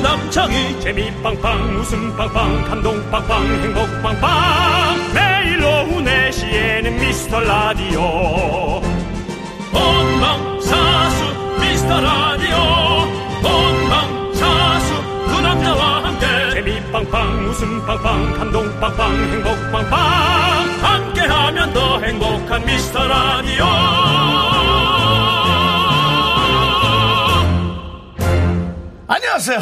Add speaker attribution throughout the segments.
Speaker 1: 남창희
Speaker 2: 재미 빵빵 웃음 빵빵 감동 빵빵 행복 빵빵 매일 오후 4시에는 미스터 라디오
Speaker 1: 본방사수 미스터 라디오 본방사수 두 남자와 함께
Speaker 2: 재미 빵빵 웃음 빵빵 감동 빵빵 행복 빵빵
Speaker 1: 아, 함께하면 더 행복한 미스터 라디오
Speaker 3: 안녕하세요.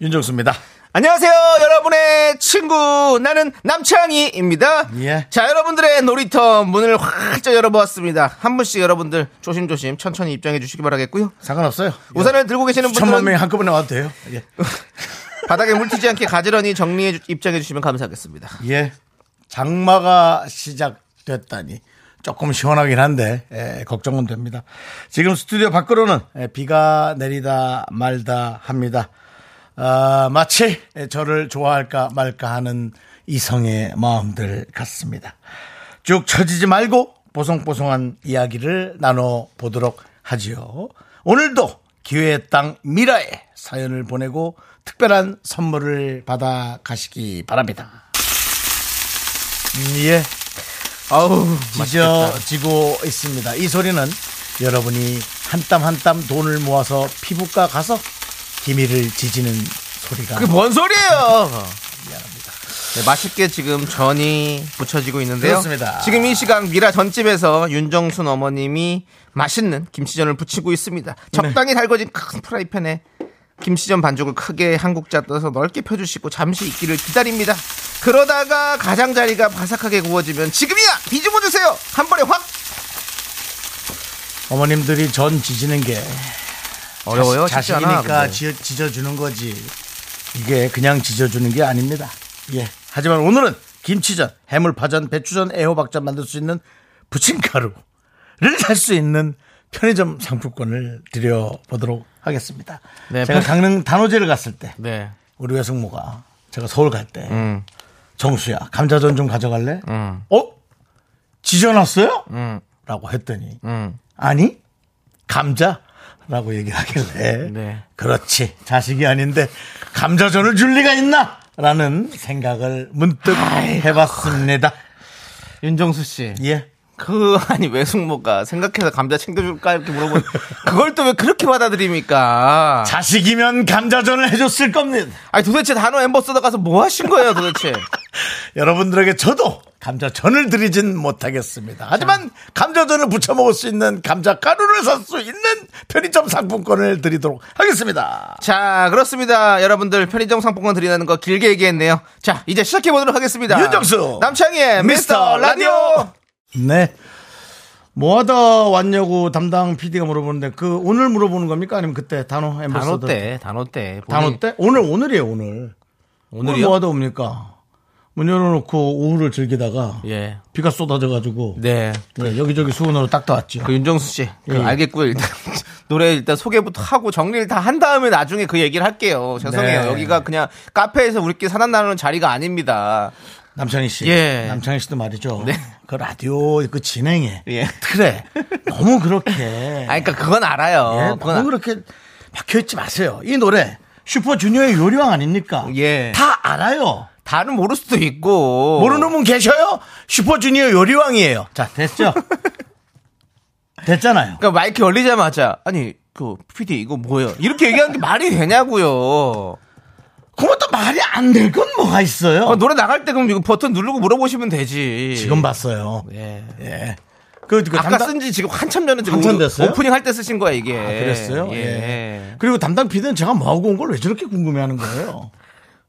Speaker 3: 윤정수입니다.
Speaker 4: 안녕하세요, 여러분의 친구. 나는 남창희입니다.
Speaker 3: 예.
Speaker 4: 자, 여러분들의 놀이터 문을 활짝 열어보았습니다. 한 분씩 여러분들 조심조심 천천히 입장해 주시기 바라겠고요.
Speaker 3: 상관없어요.
Speaker 4: 우산을 들고 계시는
Speaker 3: 예. 천만 명이
Speaker 4: 분들은
Speaker 3: 한꺼번에 와도 돼요. 예.
Speaker 4: 바닥에 물티지 않게 가지런히 정리해 주- 입장해 주시면 감사하겠습니다.
Speaker 3: 예. 장마가 시작됐다니 조금 시원하긴 한데 예, 걱정은 됩니다. 지금 스튜디오 밖으로는 예, 비가 내리다 말다 합니다. 아, 마치 예, 저를 좋아할까 말까 하는 이성의 마음들 같습니다. 쭉 처지지 말고 보송보송한 이야기를 나눠보도록 하지요. 오늘도 기회의 땅 미라에 사연을 보내고 특별한 선물을 받아 가시기 바랍니다. 음, 예. 아우, 지저지고 있습니다. 이 소리는 여러분이 한 땀 한 땀 돈을 모아서 피부과 가서 기미를 지지는 소리가
Speaker 4: 그게 뭐- 뭔 소리예요? 네, 맛있게 지금 전이 부쳐지고 있는데요.
Speaker 3: 그렇습니다.
Speaker 4: 지금 이 시간 미라 전집에서 윤정순 어머님이 맛있는 김치전을 부치고 있습니다. 적당히 달궈진 큰 프라이팬에 김치전 반죽을 크게 한국자 떠서 넓게 펴주시고 잠시 익기를 기다립니다. 그러다가 가장자리가 바삭하게 구워지면 지금이야 뒤집어 주세요. 한 번에 확
Speaker 3: 어머님들이 전 지지는 게
Speaker 4: 어려워요. 쉽지 않아,
Speaker 3: 자식이니까
Speaker 4: 근데.
Speaker 3: 지져, 주는 거지. 이게 그냥 지져주는 게 아닙니다. 예. 하지만 오늘은 김치전, 해물파전, 배추전, 애호박전 만들 수 있는 부침가루를 살 수 있는 편의점 상품권을 드려보도록 하겠습니다.
Speaker 4: 네,
Speaker 3: 제가
Speaker 4: 편-
Speaker 3: 강릉 단오제를 갔을 때
Speaker 4: 네.
Speaker 3: 우리 외숙모가 제가 서울 갈 때
Speaker 4: 음.
Speaker 3: 정수야 감자전 좀 가져갈래? 어? 지져놨어요?
Speaker 4: 음.
Speaker 3: 라고 했더니 아니 감자? 라고 얘기하길래
Speaker 4: 네.
Speaker 3: 그렇지 자식이 아닌데 감자전을 줄 리가 있나? 라는 생각을 문득 해봤습니다
Speaker 4: 윤정수 씨.
Speaker 3: 예
Speaker 4: 그 아니 외숙모가 생각해서 감자 챙겨줄까 이렇게 물어보는 그걸 또 왜 그렇게 받아들입니까?
Speaker 3: 자식이면 감자전을 해줬을 겁니다
Speaker 4: 아니 도대체 단어 엠버서더 가서 뭐 하신 거예요 도대체?
Speaker 3: 여러분들에게 저도 감자전을 드리진 못하겠습니다. 하지만 감자전을 부쳐 먹을 수 있는 감자 가루를 살 수 있는 편의점 상품권을 드리도록 하겠습니다.
Speaker 4: 자 그렇습니다 여러분들 편의점 상품권 드리는 거 길게 얘기했네요. 자 이제 시작해 보도록 하겠습니다.
Speaker 3: 윤정수
Speaker 4: 남창희의 미스터 라디오.
Speaker 3: 네. 뭐하다 왔냐고 담당 PD가 물어보는데 그 오늘 물어보는 겁니까 아니면 그때 단어
Speaker 4: 단어
Speaker 3: 엠버서더
Speaker 4: 때 단어 때
Speaker 3: 단어 때 오늘 오늘이에요 오늘 오늘
Speaker 4: 오늘이요?
Speaker 3: 뭐하다 옵니까 문 열어놓고 오후를 즐기다가
Speaker 4: 예.
Speaker 3: 비가 쏟아져가지고
Speaker 4: 네.
Speaker 3: 네, 여기저기 수은으로 닦다 왔죠.
Speaker 4: 그 윤정수 씨, 그
Speaker 3: 예.
Speaker 4: 알겠고요. 일단 노래 일단 소개부터 하고 정리를 다 한 다음에 나중에 그 얘기를 할게요. 죄송해요.
Speaker 3: 네.
Speaker 4: 여기가 그냥 카페에서 우리끼리 사단 나누는 자리가 아닙니다.
Speaker 3: 남창희 씨.
Speaker 4: 예.
Speaker 3: 남창희 씨도 말이죠. 그 라디오 그 진행에
Speaker 4: 예.
Speaker 3: 틀에 너무 그렇게
Speaker 4: 아니 그러니까 그건
Speaker 3: 예,
Speaker 4: 알아요. 그건
Speaker 3: 너무 그렇게 박혀 있지 마세요. 이 노래 슈퍼주니어의 요리왕 아닙니까?
Speaker 4: 예.
Speaker 3: 다 알아요.
Speaker 4: 다는 모를 수도 있고
Speaker 3: 모르는 분 계셔요? 슈퍼주니어 요리왕이에요. 자, 됐죠? 됐잖아요.
Speaker 4: 그러니까 마이크 열리자마자 아니 그 PD 이거 뭐예요? 이렇게 얘기하는 게 말이 되냐고요.
Speaker 3: 그것도 말이 안 될 건 뭐가 있어요?
Speaker 4: 어, 노래 나갈 때 그럼 이거 버튼 누르고 물어보시면 되지.
Speaker 3: 지금 봤어요.
Speaker 4: 예.
Speaker 3: 예. 그, 그
Speaker 4: 아까
Speaker 3: 담당-
Speaker 4: 쓴 지 지금 한참 전에 지금
Speaker 3: 한참
Speaker 4: 오늘
Speaker 3: 됐어요?
Speaker 4: 오프닝 할 때 쓰신 거야 이게.
Speaker 3: 아, 그랬어요?
Speaker 4: 예.
Speaker 3: 예. 그리고 담당 피디는 제가 뭐하고 온 걸 왜 저렇게 궁금해하는 거예요?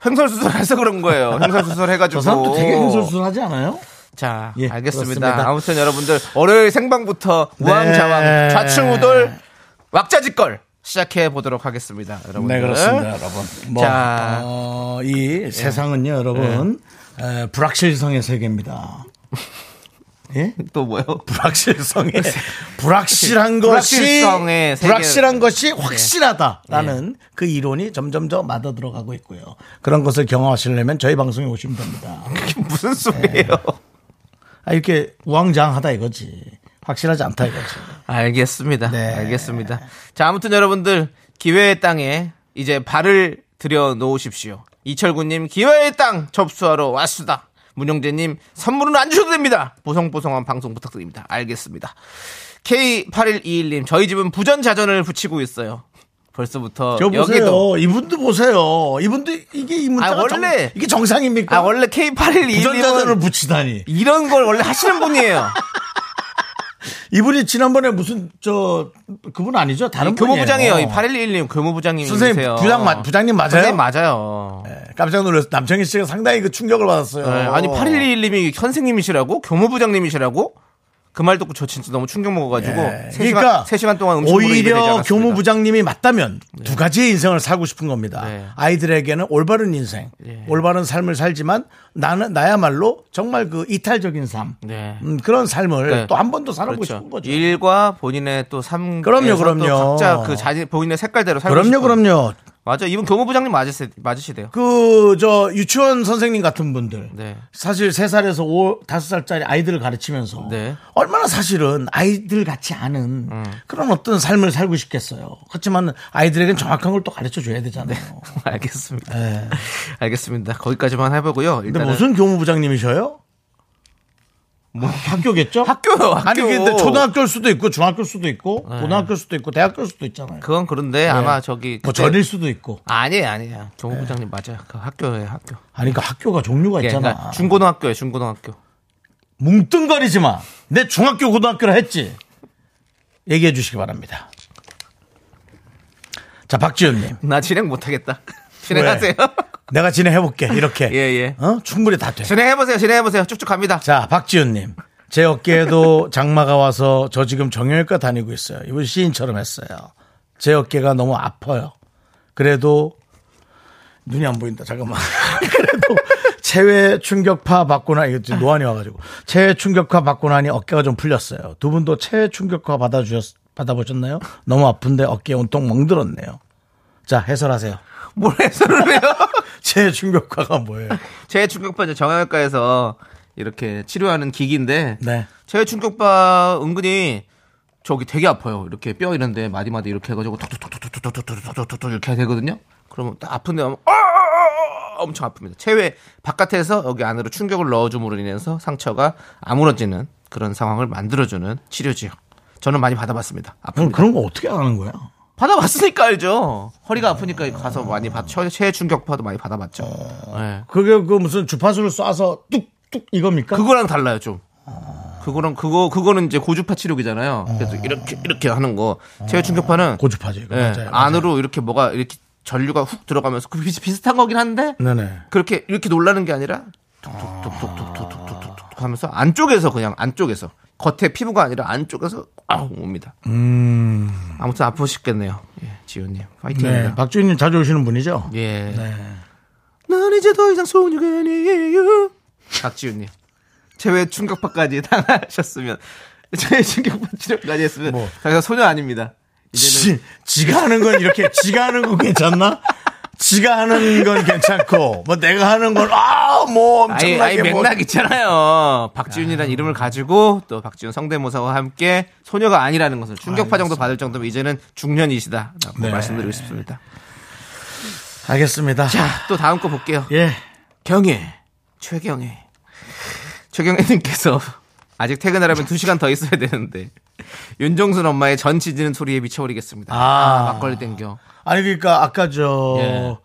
Speaker 4: 횡설수설해서 그런 거예요. 횡설수설 해가지고.
Speaker 3: 저 사람도 되게 행설수술하지 않아요?
Speaker 4: 자,
Speaker 3: 예,
Speaker 4: 알겠습니다.
Speaker 3: 그렇습니다.
Speaker 4: 아무튼 여러분들 월요일 생방부터 우왕좌왕
Speaker 3: 네.
Speaker 4: 좌충우돌 왁자지껄 시작해 보도록 하겠습니다. 여러분들.
Speaker 3: 네 그렇습니다, 여러분. 뭐,
Speaker 4: 자.
Speaker 3: 어, 예. 이 세상은요, 여러분 에, 불확실성의 세계입니다. 예?
Speaker 4: 또 뭐요?
Speaker 3: 불확실성의 불확실한 것이
Speaker 4: 불확실성의 세계.
Speaker 3: 불확실한 것이 확실하다라는 예. 그 이론이 점점 더 맞아 들어가고 있고요. 그런 것을 경험하시려면 저희 방송에 오시면 됩니다.
Speaker 4: 그게 무슨 소리예요?
Speaker 3: 네. 아, 이렇게 우왕좌왕하다 이거지. 확실하지 않다 이거지.
Speaker 4: 알겠습니다.
Speaker 3: 네.
Speaker 4: 알겠습니다. 자, 아무튼 여러분들 기회의 땅에 이제 발을 들여놓으십시오. 이철구님 기회의 땅 접수하러 왔수다. 문영재님 선물은 안 주셔도 됩니다. 보송보송한 방송 부탁드립니다. 알겠습니다. K8121님 저희 집은 부전자전을 붙이고 있어요. 벌써부터
Speaker 3: 저 보세요.
Speaker 4: 어, 여기도
Speaker 3: 이분도 보세요. 이분도 이게 이 문자가
Speaker 4: 아, 원래-
Speaker 3: 정, 이게 정상입니까?
Speaker 4: 아 원래
Speaker 3: 부전자전을
Speaker 4: K8121님은
Speaker 3: 붙이다니.
Speaker 4: 이런 걸 원래 하시는 분이에요.
Speaker 3: 이분이 지난번에 무슨 저 그분 아니죠? 다른
Speaker 4: 교무부장이에요.
Speaker 3: 분이에요.
Speaker 4: 8121님 교무부장님이세요.
Speaker 3: 선생님 부장 마- 부장님 맞아요?
Speaker 4: 선생님 맞아요.
Speaker 3: 네, 깜짝 놀랐어. 남청희 씨가 상당히 그 충격을 받았어요.
Speaker 4: 네, 아니 8121님이 선생님이시라고 교무부장님이시라고 그 말 듣고 저 진짜 너무 충격 먹어가지고
Speaker 3: 예.
Speaker 4: 3시간,
Speaker 3: 그러니까
Speaker 4: 세시간 동안 음식
Speaker 3: 오히려 교무부장님이 맞다면 두 가지의 인생을 살고 싶은 겁니다.
Speaker 4: 네.
Speaker 3: 아이들에게는 올바른 인생,
Speaker 4: 예.
Speaker 3: 올바른 삶을 살지만 나는 나야말로 정말 그 이탈적인 삶,
Speaker 4: 네.
Speaker 3: 음, 그런 삶을
Speaker 4: 네.
Speaker 3: 또 한 번 더 살아보고
Speaker 4: 그렇죠.
Speaker 3: 싶은 거죠.
Speaker 4: 일과 본인의 또 삶.
Speaker 3: 그럼요, 그럼요.
Speaker 4: 각자 그 자기 본인의 색깔대로 살고
Speaker 3: 그럼요,
Speaker 4: 싶은.
Speaker 3: 그럼요.
Speaker 4: 맞아, 이분 교무부장님 맞으시, 맞으시대요.
Speaker 3: 그 저 유치원 선생님 같은 분들
Speaker 4: 네.
Speaker 3: 사실 세살에서 5, 5살짜리 아이들을 가르치면서
Speaker 4: 네. 음.
Speaker 3: 얼마나 사실은 아이들 같지 않은 그런 어떤 삶을 살고 싶겠어요. 그렇지만 아이들에겐 정확한 걸 또 가르쳐 줘야 되잖아요.
Speaker 4: 네. 알겠습니다.
Speaker 3: 네.
Speaker 4: 알겠습니다. 거기까지만 해보고요.
Speaker 3: 근데
Speaker 4: 일단은
Speaker 3: 무슨 교무부장님이셔요? 뭐 학교겠죠?
Speaker 4: 아. 학교요, 학교.
Speaker 3: 아니
Speaker 4: 네.
Speaker 3: 근데 초등학교일 수도 있고 중학교일 수도 있고 고등학교일 수도 있고 대학교일 수도 있잖아요.
Speaker 4: 그건 그런데 아마 저기.
Speaker 3: 뭐
Speaker 4: 그때-
Speaker 3: 전일 수도 있고.
Speaker 4: 아니에요, 아니에요. 교무부장님 맞아요. 그 학교예요, 학교.
Speaker 3: 아니 그러니까 학교가 종류가
Speaker 4: 예,
Speaker 3: 있잖아.
Speaker 4: 그러니까 중고등학교예요, 중고등학교.
Speaker 3: 뭉뚱거리지 마. 내 중학교 고등학교를 했지. 얘기해 주시기 바랍니다. 자 박지현님,
Speaker 4: 나 진행 못하겠다. 진행하세요.
Speaker 3: 내가 진행해 볼게. 이렇게.
Speaker 4: 예, 예.
Speaker 3: 어? 충분히 다 돼.
Speaker 4: 진행해보세요, 진행해보세요. 쭉쭉 갑니다.
Speaker 3: 자 박지현님, 제 어깨에도 장마가 와서 저 지금 정형외과 다니고 있어요. 이분 시인처럼 했어요. 제 어깨가 너무 아파요. 그래도 눈이 안 보인다. 잠깐만. 그래도 체외 충격파 받고 나 이거 지금 노안이 와가지고 체외 충격파 받고 나니 어깨가 좀 풀렸어요. 두 분도 체외 충격파 받아주셨 받아보셨나요? 너무 아픈데 어깨 온통 멍들었네요. 자 해설하세요.
Speaker 4: 뭘 해설을 해요?
Speaker 3: 체외 충격파가 뭐예요?
Speaker 4: 제 충격파죠. 정형외과에서 이렇게 치료하는 기기인데.
Speaker 3: 네.
Speaker 4: 제 충격파 은근히 저기 되게 아파요. 이렇게 뼈 이런데 마디마디 이렇게 해가지고 톡톡톡톡톡톡톡톡톡톡톡 이렇게 되거든요. 그러면 딱 아픈데 하면 어! 엄청 아픕니다. 체외 바깥에서 여기 안으로 충격을 넣어줌으로 인해서 상처가 아물어지는 그런 상황을 만들어주는 치료지요. 저는 많이 받아봤습니다.
Speaker 3: 그럼
Speaker 4: 아픕니다.
Speaker 3: 그런 거 어떻게 아는 거야?
Speaker 4: 받아봤으니까 알죠. 허리가 아프니까 가서 많이 받, 체- 체외 충격파도 많이 받아봤죠. 예.
Speaker 3: 그게 그 무슨 주파수를 쏴서 뚝뚝 이겁니까?
Speaker 4: 그거랑 달라요 좀. 그거랑 그거 그거는 이제 고주파 치료기잖아요. 그래서 이렇게 이렇게 하는 거 체외 충격파는
Speaker 3: 고주파죠. 이거
Speaker 4: 예,
Speaker 3: 맞아요.
Speaker 4: 안으로 이렇게 뭐가 이렇게 전류가 훅 들어가면서 그 비슷, 비슷한 거긴 한데
Speaker 3: 네네.
Speaker 4: 그렇게 이렇게 놀라는 게 아니라 툭툭툭툭툭툭툭툭툭 하면서 안쪽에서 그냥 안쪽에서 겉에 피부가 아니라 안쪽에서 아 옵니다. 아무튼 아프시겠네요. 예, 지호님
Speaker 3: 네.
Speaker 4: 파이팅입니다.
Speaker 3: 박주인님 자주 오시는 분이죠? 네.
Speaker 4: 예. 난 이제 더 이상 소녀가 아니에요. 박지훈님. 제외 충격파까지 당하셨으면, 제외 충격파 치료까지 했으면,
Speaker 3: 뭐.
Speaker 4: 자기가 소녀 아닙니다. 이제는
Speaker 3: 지, 지가 하는 건 이렇게 지가 하는 건 괜찮나? 지가 하는 건 괜찮고 뭐 내가 하는 건 아 뭐
Speaker 4: 아예,
Speaker 3: 엄청나게
Speaker 4: 아예
Speaker 3: 뭐-
Speaker 4: 맥락 있잖아요. 박지훈이라는 이름을 가지고 또 박지훈 성대모사와 함께 소녀가 아니라는 것을 충격파 정도 받을 정도면 이제는 중년이시다. 라고
Speaker 3: 네.
Speaker 4: 말씀드리고 싶습니다.
Speaker 3: 알겠습니다.
Speaker 4: 자, 또 다음 거 볼게요.
Speaker 3: 예.
Speaker 4: 경혜, 최경혜. 최경혜님께서 아직 퇴근하려면 2시간 더 있어야 되는데 윤종순 엄마의 전 지지는 소리에 미쳐버리겠습니다.
Speaker 3: 아.
Speaker 4: 아, 막걸리 땡겨.
Speaker 3: 아니 그러니까 아까 저
Speaker 4: 예.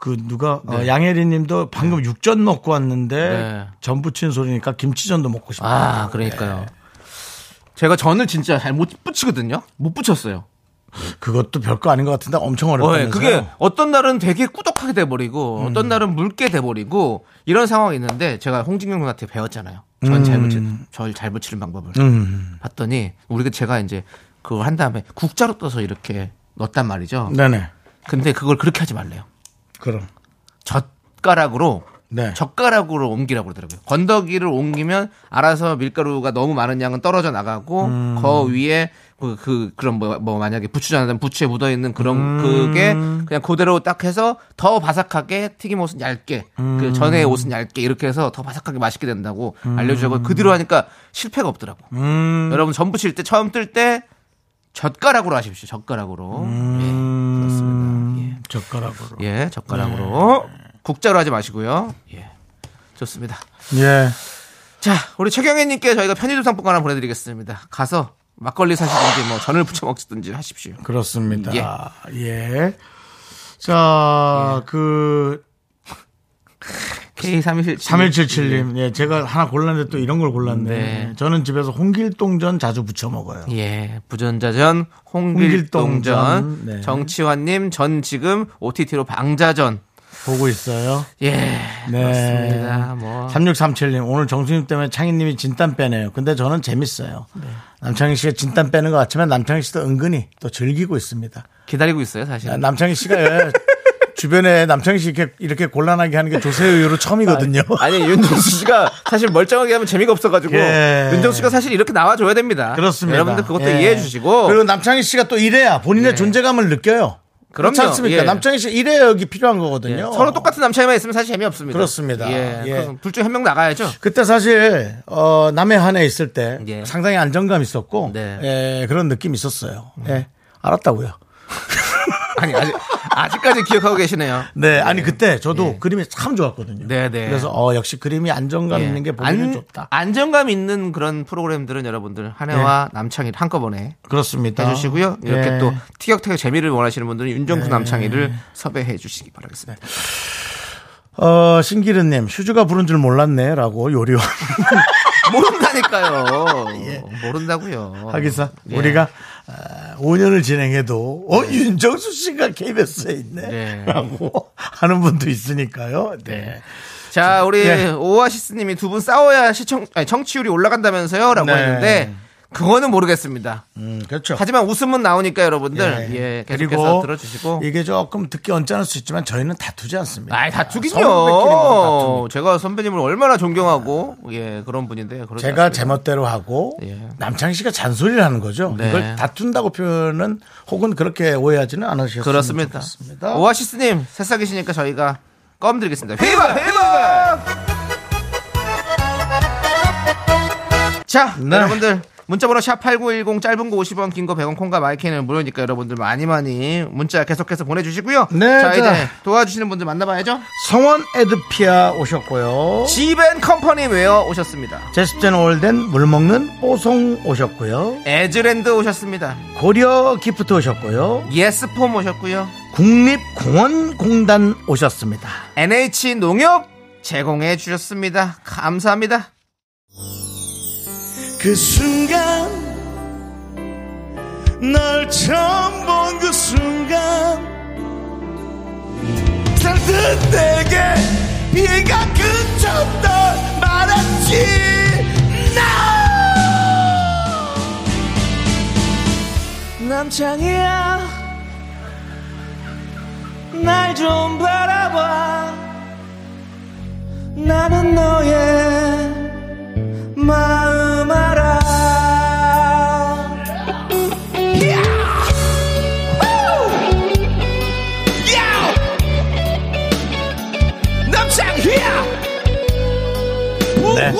Speaker 3: 그 누가 어, 양혜리님도 방금 육전 먹고 왔는데
Speaker 4: 네.
Speaker 3: 전 부친 소리니까 김치전도 먹고 싶다.
Speaker 4: 아, 그러니까요. 제가 전을 진짜 잘 못 붙이거든요. 못 붙였어요.
Speaker 3: 그것도 별거 아닌 것 같은데 엄청
Speaker 4: 어,
Speaker 3: 어렵다면서요. 음.
Speaker 4: 예, 그게 어떤 날은 되게 꾸덕하게 돼버리고 어떤 날은 묽게 돼버리고 이런 상황이 있는데 제가 홍진경 누나한테 배웠잖아요. 전
Speaker 3: 음.
Speaker 4: 잘 붙이, 절잘 붙이는 방법을 봤더니 우리가 제가 이제 그걸 한 다음에 국자로 떠서 이렇게 넣었단 말이죠.
Speaker 3: 네네.
Speaker 4: 근데 그걸 그렇게 하지 말래요.
Speaker 3: 그럼.
Speaker 4: 젓가락으로
Speaker 3: 네.
Speaker 4: 젓가락으로 옮기라고 그러더라고요. 건더기를 옮기면 알아서 밀가루가 너무 많은 양은 떨어져 나가고 거 위에 그, 그 그런 뭐, 뭐 만약에 부추잖아요. 부추에 묻어 있는 그런 그게 그냥 그대로 딱 해서 더 바삭하게 튀김옷은 얇게 그 전에 옷은 얇게 이렇게 해서 더 바삭하게 맛있게 된다고 알려주고 그 뒤로 하니까 실패가 없더라고. 요 여러분 전부 칠 때 처음 뜰 때 젓가락으로 하십시오. 젓가락으로. 예, 그렇습니다. 예.
Speaker 3: 젓가락으로.
Speaker 4: 예, 젓가락으로. 국자로 하지 마시고요. 예. 좋습니다.
Speaker 3: 예.
Speaker 4: 자, 우리 최경혜님께 저희가 편의점 상품권 하나 보내드리겠습니다. 가서 막걸리 사시든지 뭐 전을 부쳐 먹든지 하십시오.
Speaker 3: 그렇습니다. 예. 자, 그,
Speaker 4: K317.
Speaker 3: 3177님. 예, 제가 하나 골랐는데 또 이런 걸 골랐네.
Speaker 4: 네.
Speaker 3: 저는 집에서 홍길동전 자주 부쳐 먹어요.
Speaker 4: 예, 부전자전,
Speaker 3: 홍길동전,
Speaker 4: 홍길동전,
Speaker 3: 네.
Speaker 4: 정치환님, 전 지금 OTT로 방자전.
Speaker 3: 보고 있어요.
Speaker 4: 예,
Speaker 3: 네.
Speaker 4: 그렇습니다. 뭐
Speaker 3: 3637님, 오늘 정수님 때문에 창희님이 진땀 빼네요. 근데 저는 재밌어요. 남창희 씨가 진땀 빼는 것 같지만 남창희 씨도 은근히 또 즐기고 있습니다.
Speaker 4: 기다리고 있어요, 사실. 은
Speaker 3: 남창희 씨가 예, 주변에 남창희 씨 이렇게, 이렇게 곤란하게 하는 게 조세호유로 처음이거든요.
Speaker 4: 아니 윤정수 씨가 사실 멀쩡하게 하면 재미가 없어가지고
Speaker 3: 예.
Speaker 4: 윤정수 씨가 사실 이렇게 나와줘야 됩니다.
Speaker 3: 그렇습니다.
Speaker 4: 여러분들 그것도
Speaker 3: 예.
Speaker 4: 이해해 주시고 예.
Speaker 3: 그리고 남창희 씨가 또 이래야 본인의 존재감을 느껴요.
Speaker 4: 그럼요.
Speaker 3: 그렇지 않습니까?
Speaker 4: 예.
Speaker 3: 남창희 씨 이래야 여기 필요한
Speaker 4: 예,
Speaker 3: 거거든요.
Speaker 4: 서로 똑같은 남자애만 있으면 사실 재미없습니다.
Speaker 3: 어. 그렇습니다.
Speaker 4: 예,
Speaker 3: 예.
Speaker 4: 그래서 둘 중에 한 명 나가야죠.
Speaker 3: 그때 사실 어, 남해안에 있을 때
Speaker 4: 예.
Speaker 3: 상당히 안정감 있었고
Speaker 4: 네.
Speaker 3: 예, 그런 느낌 이 있었어요. 예, 알았다고요.
Speaker 4: 아니 아직 아직까지 기억하고 계시네요. 예.
Speaker 3: 네, 아니 그때 저도 그림이 참 좋았거든요.
Speaker 4: 네, 네.
Speaker 3: 그래서 어, 역시 그림이 안정감
Speaker 4: 예.
Speaker 3: 있는 게 보기는
Speaker 4: 안-
Speaker 3: 좋다.
Speaker 4: 안정감 있는 그런 프로그램들은 여러분들 한해와 남창희를 한꺼번에
Speaker 3: 그렇습니다.
Speaker 4: 해주시고요. 이렇게
Speaker 3: 아. 예.
Speaker 4: 또 티격태격 재미를 원하시는 분들은 윤정수 남창희를 섭외해 주시기 바라겠습니다.
Speaker 3: 어, 신기른님 휴즈가 부른 줄 몰랐네라고 요리원
Speaker 4: 모른다니까요. 모른다고요.
Speaker 3: 예. 하기사
Speaker 4: 예.
Speaker 3: 우리가 아, 5년을 진행해도 어 윤정수 씨가 KBS에
Speaker 4: 네.
Speaker 3: 있네라고 하는 분도 있으니까요. 네.
Speaker 4: 자 우리
Speaker 3: 예.
Speaker 4: 오아시스님이 두 분 싸워야 시청 아니, 청취율이 올라간다면서요라고
Speaker 3: 네.
Speaker 4: 했는데 그거는 모르겠습니다.
Speaker 3: 음, 그렇죠.
Speaker 4: 하지만 웃음은 나오니까 여러분들
Speaker 3: 예.
Speaker 4: 예, 계속해서
Speaker 3: 그리고
Speaker 4: 들어주시고
Speaker 3: 이게 조금 듣기 언짢을 수 있지만 저희는 다투지 않습니다.
Speaker 4: 아이 다투긴요.
Speaker 3: 선배끼리만 다툽니다.
Speaker 4: 제가 선배님을 얼마나 존경하고 예 그런 분인데 그렇지
Speaker 3: 제가 제
Speaker 4: 않습니다.
Speaker 3: 멋대로 하고
Speaker 4: 예.
Speaker 3: 남창 씨가 잔소리를 하는 거죠.
Speaker 4: 네.
Speaker 3: 이걸 다툰다고 표현은 혹은 그렇게 오해하지는 않으셨으면
Speaker 4: 그렇습니다.
Speaker 3: 좋겠습니다.
Speaker 4: 오아시스님 새싹이시니까 저희가 껌 드리겠습니다. 회바 회바. 자
Speaker 3: 네.
Speaker 4: 여러분들. 문자번호 샵8910 짧은 거 50원 긴 거 100원 콩과 마이크는 무료니까 여러분들 많이 많이 문자 계속해서 보내주시고요.
Speaker 3: 네,
Speaker 4: 자,
Speaker 3: 자.
Speaker 4: 이제 도와주시는 분들 만나봐야죠.
Speaker 3: 성원 에드피아 오셨고요.
Speaker 4: 지벤 컴퍼니 웨어 오셨습니다.
Speaker 3: 제습제는 올덴 물 먹는 뽀송 오셨고요.
Speaker 4: 에즈랜드 오셨습니다.
Speaker 3: 고려 기프트 오셨고요.
Speaker 4: 예스폼 오셨고요.
Speaker 3: 국립공원공단 오셨습니다.
Speaker 4: NH 농협 제공해 주셨습니다. 감사합니다.
Speaker 5: 그 순간 널 처음 본 그 순간 산뜻 내게 비가 그쳤던 말았지 나 남창이야 날 좀 바라봐 나는 너의 마음 알아
Speaker 3: 네.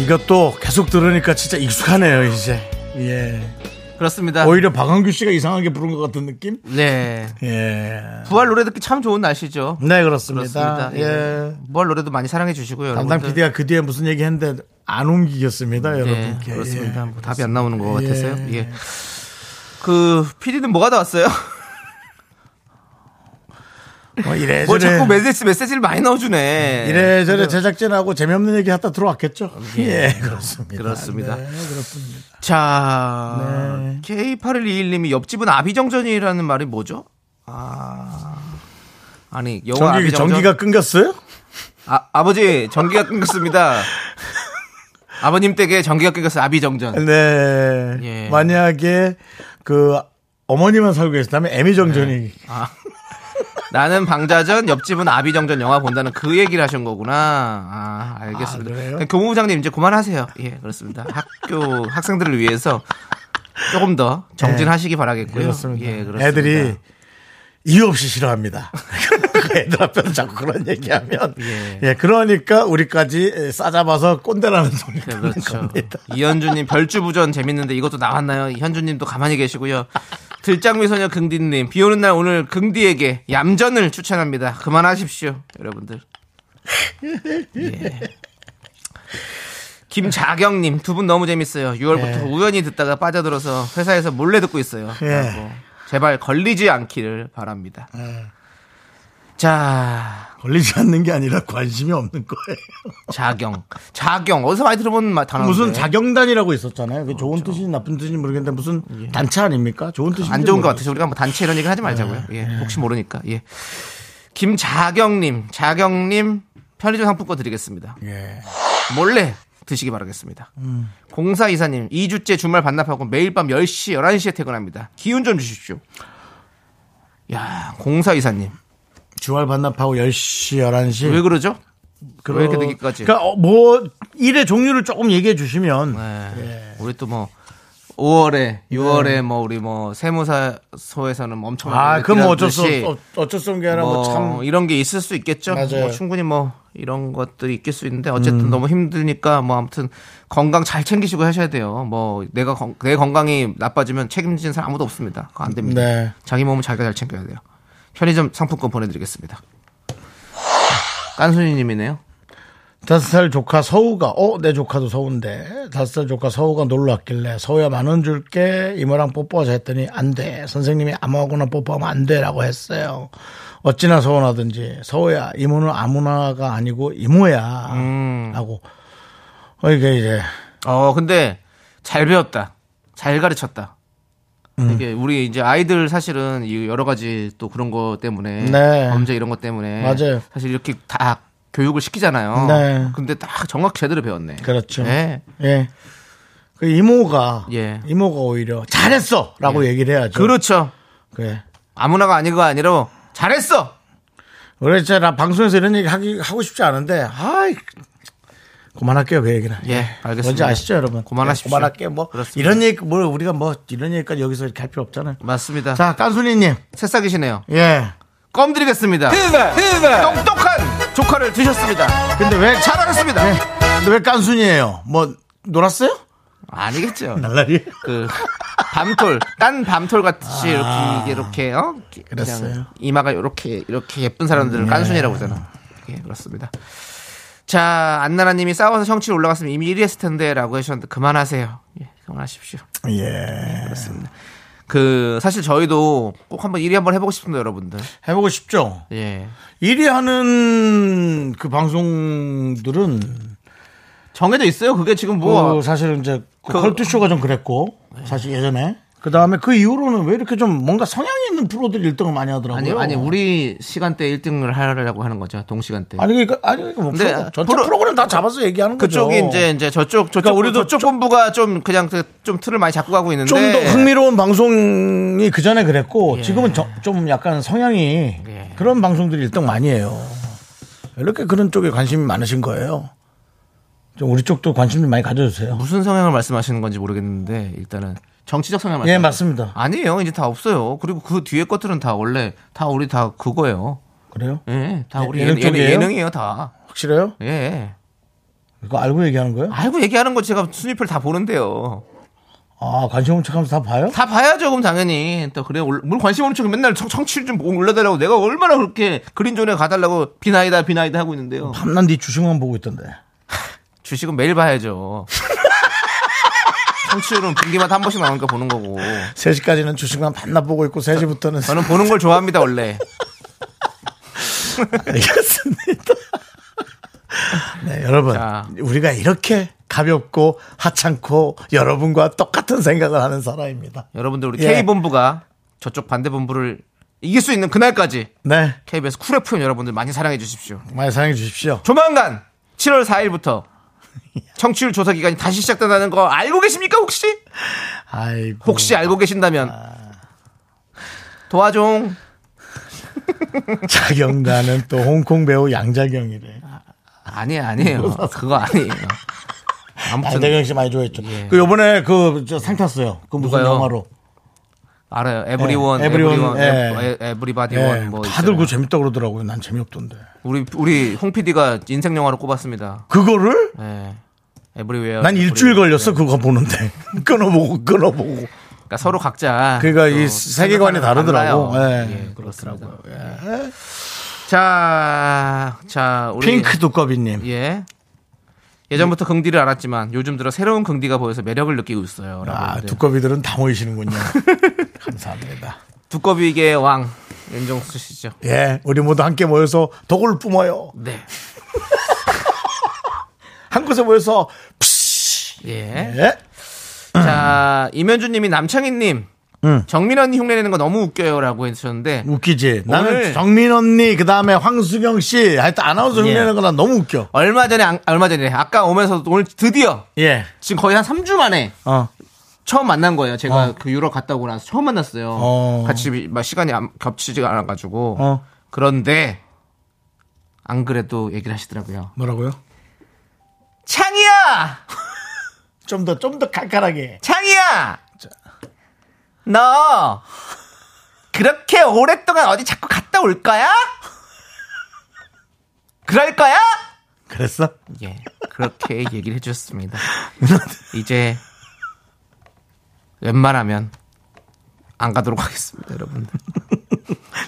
Speaker 3: 이것도 계속 들으니까 진짜 익숙하네요, 이제. 예.
Speaker 4: 그렇습니다.
Speaker 3: 오히려 박한규 씨가 이상하게 부른 것 같은 느낌?
Speaker 4: 네.
Speaker 3: 예.
Speaker 4: 부활 노래 듣기 참 좋은 날씨죠.
Speaker 3: 네, 그렇습니다.
Speaker 4: 그렇습니다.
Speaker 3: 예.
Speaker 4: 예. 부활 노래도 많이 사랑해 주시고요.
Speaker 3: 담당
Speaker 4: 여러분들.
Speaker 3: PD가 그 뒤에 무슨 얘기 했는데 안 옮기겠습니다,
Speaker 4: 예,
Speaker 3: 여러분께.
Speaker 4: 그렇습니다.
Speaker 3: 예.
Speaker 4: 뭐 답이 안 나오는 것
Speaker 3: 예.
Speaker 4: 같아서요. 예. 그 PD는 뭐가 나왔어요?
Speaker 3: 뭐 이래저래.
Speaker 4: 뭐 자꾸 메시지 메시지를 많이 넣어주네.
Speaker 3: 이래저래 제작진하고 재미없는 얘기 하다 들어왔겠죠? 예, 그렇습니다.
Speaker 4: 그렇습니다.
Speaker 3: 네, 그렇습니다. 네.
Speaker 4: 자, K8121님이 옆집은 아비정전이라는 말이 뭐죠? 아, 아니 영어
Speaker 3: 전기,
Speaker 4: 아비정전.
Speaker 3: 전기가 끊겼어요?
Speaker 4: 아, 아버지 전기가 끊겼습니다. 아버님 댁에 전기가 끊겼어요. 아비정전.
Speaker 3: 네.
Speaker 4: 예.
Speaker 3: 만약에 그 어머니만 살고 계시다면 애미정전이
Speaker 4: 네. 나는 방자전, 옆집은 아비정전 영화 본다는 그 얘기를 하신 거구나. 아, 알겠습니다.
Speaker 3: 아, 그래요?
Speaker 4: 교무부장님 이제 그만하세요. 예, 그렇습니다. 학교 학생들을 위해서 조금 더 정진하시기 바라겠고요.
Speaker 3: 네, 그렇습니다.
Speaker 4: 예, 그렇습니다.
Speaker 3: 애들이 이유 없이 싫어합니다. 그 애들 앞에서 자꾸 그런 얘기하면 예,
Speaker 4: 예.
Speaker 3: 그러니까 우리까지 싸잡아서 꼰대라는 소리
Speaker 4: 네,
Speaker 3: 듣는
Speaker 4: 그렇죠.
Speaker 3: 겁니다.
Speaker 4: 이현주님 별주부전 재밌는데 이것도 나왔나요? 현주님도 가만히 계시고요. 들장미 소녀 긍디님 비 오는 날 오늘 긍디에게 얌전을 추천합니다. 그만하십시오, 여러분들. 예. 김자경님 두 분 너무 재밌어요.
Speaker 3: 네.
Speaker 4: 6월부터 우연히 듣다가 빠져들어서 회사에서 몰래 듣고 있어요.
Speaker 3: 예.
Speaker 4: 라고. 제발 걸리지 않기를 바랍니다.
Speaker 3: 네.
Speaker 4: 자,
Speaker 3: 걸리지 않는 게 아니라 관심이 없는 거예요.
Speaker 4: 자경, 자경 어디서 많이 들어본 단어
Speaker 3: 무슨 자경단이라고 있었잖아요. 그 좋은 뜻인지 나쁜 뜻인지 모르겠는데 무슨 단체 아닙니까? 좋은 뜻인지
Speaker 4: 안 좋은 것
Speaker 3: 모르겠어요.
Speaker 4: 같아서 우리가 뭐 단체 이런 얘기 하지 말자고요.
Speaker 3: 네.
Speaker 4: 예, 혹시 모르니까. 예. 김자경님, 자경님 편의점 상품권 드리겠습니다.
Speaker 3: 예.
Speaker 4: 몰래 드시기 바라겠습니다.
Speaker 3: 음.
Speaker 4: 공사 이사님, 2주째 주말 반납하고 매일 밤 10시, 11시에 퇴근합니다. 기운 좀 주십시오. 야, 공사 이사님.
Speaker 3: 네. 주말 반납하고 10시, 11시.
Speaker 4: 왜 그러죠?
Speaker 3: 그러-
Speaker 4: 왜 이렇게 늦게까지?
Speaker 3: 그러니까 어, 뭐 일의 종류를 조금 얘기해 주시면
Speaker 4: 예. 우리 또 뭐 5월에, 6월에 뭐 우리 뭐 세무사소에서는 엄청
Speaker 3: 네. 아, 그럼 뭐 어쩔 수 없, 어쩔 수 없는 게 아니라
Speaker 4: 뭐
Speaker 3: 뭐참
Speaker 4: 이런 게 있을 수 있겠죠.
Speaker 3: 맞아요. 음.
Speaker 4: 뭐 충분히 뭐 이런 것들이 있길 수 있는데 어쨌든 너무 힘드니까 뭐 아무튼 건강 잘 챙기시고 하셔야 돼요. 뭐 내가 건- 내 건강이 나빠지면 책임지는 사람 아무도 없습니다. 그거 안 됩니다.
Speaker 3: 네.
Speaker 4: 자기 몸은 자기가 잘 챙겨야 돼요. 편의점 상품권 보내드리겠습니다. 깐순이님이네요.
Speaker 3: 다섯 살 조카 서우가 어 내 조카도 서우인데 다섯 살 조카 서우가 놀러 왔길래 서우야 만 원 줄게 이모랑 뽀뽀하자 했더니 안 돼 선생님이 아무하고나 뽀뽀하면 안 돼라고 했어요 어찌나 서운하든지 서우야 이모는 아무나가 아니고 이모야
Speaker 4: 음.
Speaker 3: 하고 어 이게 이제
Speaker 4: 어 근데 잘 배웠다. 잘 가르쳤다.
Speaker 3: 음.
Speaker 4: 이게 우리 이제 아이들 사실은 이 여러 가지 또 그런 거 때문에
Speaker 3: 네.
Speaker 4: 범죄 이런 것 때문에
Speaker 3: 맞아요.
Speaker 4: 사실 이렇게 다 교육을 시키잖아요.
Speaker 3: 네.
Speaker 4: 근데 딱 정확히 제대로 배웠네.
Speaker 3: 그렇죠.
Speaker 4: 예.
Speaker 3: 예. 그 이모가
Speaker 4: 예.
Speaker 3: 이모가 오히려 잘했어라고
Speaker 4: 예.
Speaker 3: 얘기를 해야죠.
Speaker 4: 그렇죠.
Speaker 3: 그래.
Speaker 4: 아무나가 아니고 아니라 잘했어.
Speaker 3: 원래 진짜 나 방송에서 이런 얘기 하기 하고 싶지 않은데 아이 그만할게요 그 얘기는.
Speaker 4: 예, 알겠습니다.
Speaker 3: 뭔지 아시죠 여러분?
Speaker 4: 그만하십시오.
Speaker 3: 예, 그만할게요 뭐
Speaker 4: 그렇습니다.
Speaker 3: 이런 얘기 뭐 우리가 뭐 이런 얘기까지 여기서 이렇게 할 필요 없잖아요.
Speaker 4: 맞습니다.
Speaker 3: 자 깐순이님
Speaker 4: 새싹이시네요.
Speaker 3: 예.
Speaker 4: 껌 드리겠습니다. 똑똑한 조카를 두셨습니다.
Speaker 3: 근데 왜 자,
Speaker 4: 잘하셨습니다.
Speaker 3: 예. 근데 왜 깐순이에요? 뭐 놀았어요?
Speaker 4: 아니겠죠.
Speaker 3: 날라리.
Speaker 4: 그 밤톨 딴 밤톨 같이 이렇게 이렇게 어 그냥
Speaker 3: 그랬어요.
Speaker 4: 이마가 이렇게 이렇게 예쁜 사람들을 깐순이라고 그러잖아. 예 그렇습니다. 자 안나라님이 싸워서 성취 올라갔으면 이미 1위 했을 텐데라고 하셨는데 그만하세요. 예 그만하십시오.
Speaker 3: 예.
Speaker 4: 그 사실 저희도 꼭 한번 1위 한번 해보고 싶습니다 여러분들.
Speaker 3: 해보고 싶죠.
Speaker 4: 예
Speaker 3: 1위 하는 그 방송들은
Speaker 4: 정해져 있어요. 그게 지금
Speaker 3: 그
Speaker 4: 뭐
Speaker 3: 사실 이제 그
Speaker 4: 그-
Speaker 3: 컬투쇼가 좀 그랬고 사실 예전에 그 다음에 그 이후로는 왜 이렇게 좀 뭔가 성향이 있는 프로들이 1등을 많이 하더라고요.
Speaker 4: 아니 아니 우리 시간대 1등을 하려고 하는 거죠 동시간대.
Speaker 3: 아니 그러니까 아니 그러니까 뭐
Speaker 4: 근데
Speaker 3: 프로, 전체
Speaker 4: 프로-
Speaker 3: 프로, 그램다 잡아서 얘기하는 거죠.
Speaker 4: 그쪽이 이제 이제 저쪽 저쪽
Speaker 3: 그러니까 우리도
Speaker 4: 우리도 저쪽 본부가 좀 그냥 그- 좀 틀을 많이 잡고 가고 있는데
Speaker 3: 좀 더 흥미로운 방송이 그 전에 그랬고 지금은 저- 좀 약간 성향이
Speaker 4: 예.
Speaker 3: 그런 방송들이 1등 많이 해요. 이렇게 그런 쪽에 관심이 많으신 거예요. 좀 우리 쪽도 관심 좀 많이 가져주세요.
Speaker 4: 무슨 성향을 말씀하시는 건지 모르겠는데 일단은 정치적 성향
Speaker 3: 예
Speaker 4: 말씀.
Speaker 3: 맞습니다.
Speaker 4: 아니에요 이제 다 없어요. 그리고 그 뒤에 것들은 다 원래 다 우리 다 그거예요.
Speaker 3: 그래요?
Speaker 4: 예, 다
Speaker 3: 예,
Speaker 4: 우리
Speaker 3: 예능
Speaker 4: 예능, 예능,
Speaker 3: 쪽이에요?
Speaker 4: 예능이에요 다.
Speaker 3: 확실해요?
Speaker 4: 예.
Speaker 3: 그거 알고 얘기하는 거예요?
Speaker 4: 알고 얘기하는 거 제가 순위표를 다 보는데요.
Speaker 3: 아 관심 없는 척하면서 다 봐요?
Speaker 4: 다 봐야죠, 그럼 당연히. 또 그래 올- 뭘 관심 없는 척 맨날 청- 청취율 좀 올려달라고 내가 얼마나 그렇게 그린존에 가달라고 비나이다 비나이다 하고 있는데요.
Speaker 3: 밤낮 네 주식만 보고 있던데.
Speaker 4: 주식은 매일 봐야죠. 청취율은 분기마다 한 번씩 나오니까 보는 거고.
Speaker 3: 3시까지는 주식만 반납 보고 있고 3시부터는
Speaker 4: 저는 보는 걸 좋아합니다 원래.
Speaker 3: 알겠습니다. 네, 여러분.
Speaker 4: 자.
Speaker 3: 우리가 이렇게 가볍고 하찮고 여러분과 똑같은 생각을 하는 사람입니다.
Speaker 4: 여러분들 우리
Speaker 3: 예.
Speaker 4: K본부가 저쪽 반대본부를 이길 수 있는 그날까지
Speaker 3: 네.
Speaker 4: KBS 쿨 FM 여러분들 많이 사랑해 주십시오.
Speaker 3: 많이 사랑해 주십시오.
Speaker 4: 조만간 7월 4일부터 청취율 조사 기간이 다시 시작된다는 거 알고 계십니까 혹시?
Speaker 3: 아이고.
Speaker 4: 혹시 알고 계신다면 도와종
Speaker 3: 자경단은 또 홍콩 배우 양자경이래.
Speaker 4: 아, 아니 아니에요 그거 아니에요 아무튼 예.
Speaker 3: 양자경 씨 많이 좋아했죠. 그 요번에 그상 탔어요. 그 무슨
Speaker 4: 누가요?
Speaker 3: 영화로.
Speaker 4: 알아요 에브리원
Speaker 3: 예,
Speaker 4: 에브리원
Speaker 3: everyone, 예,
Speaker 4: 에브리바디원 뭐
Speaker 3: 다들 그거
Speaker 4: 있잖아요.
Speaker 3: 재밌다고 그러더라고요. 난 재미없던데.
Speaker 4: 우리 우리 홍 PD가 인생 영화로 꼽았습니다
Speaker 3: 그거를
Speaker 4: 예 에브리웨어 네.
Speaker 3: 난 일주일 걸렸어 그거 보는데 끊어보고 끊어보고
Speaker 4: 그러니까 서로 각자
Speaker 3: 그러니까
Speaker 4: 또
Speaker 3: 이 세계관이
Speaker 4: 생각하는
Speaker 3: 다르더라고.
Speaker 4: 달라요.
Speaker 3: 예,
Speaker 4: 예, 그렇더라고요. 예. 자, 자 우리
Speaker 3: 핑크 두꺼비님.
Speaker 4: 예. 예전부터 긍디를 알았지만 요즘 들어 새로운 긍디가 보여서 매력을 느끼고 있어요. 라고
Speaker 3: 아,
Speaker 4: 하는데.
Speaker 3: 두꺼비들은 다 모이시는군요. 감사합니다.
Speaker 4: 두꺼비계 왕 윤정수 씨죠.
Speaker 3: 예, 우리 모두 함께 모여서 독을 뿜어요.
Speaker 4: 네.
Speaker 3: 한 곳에 모여서
Speaker 4: 예.
Speaker 3: 예,
Speaker 4: 자, 이면주 님이 남창희 님. 정민 언니 흉내 내는 거 너무 웃겨요라고 해주셨는데
Speaker 3: 웃기지. 나는
Speaker 4: 오늘-
Speaker 3: 정민 언니 그 다음에 황수경 씨 하여튼 아나운서
Speaker 4: 예.
Speaker 3: 흉내내는 거 난 너무 웃겨.
Speaker 4: 얼마 전에 안- 얼마 전에 아까 오면서 오늘 드디어
Speaker 3: 예,
Speaker 4: 지금 거의 한 3주 만에
Speaker 3: 어,
Speaker 4: 처음 만난 거예요. 제가
Speaker 3: 어.
Speaker 4: 그 유럽 갔다 오고 나서 처음 만났어요.
Speaker 3: 어.
Speaker 4: 같이 막 시간이 안- 겹치지가 않아가지고
Speaker 3: 어.
Speaker 4: 그런데 안 그래도 얘기를 하시더라고요.
Speaker 3: 뭐라고요?
Speaker 4: 창이야,
Speaker 3: 좀 더 좀 더 칼칼하게.
Speaker 4: 창이야, 너 그렇게 오랫동안 어디 자꾸 갔다 올 거야? 그럴 거야?
Speaker 3: 그랬어?
Speaker 4: 예, 그렇게 얘기를 해주셨습니다. 이제 웬만하면 안 가도록 하겠습니다, 여러분들.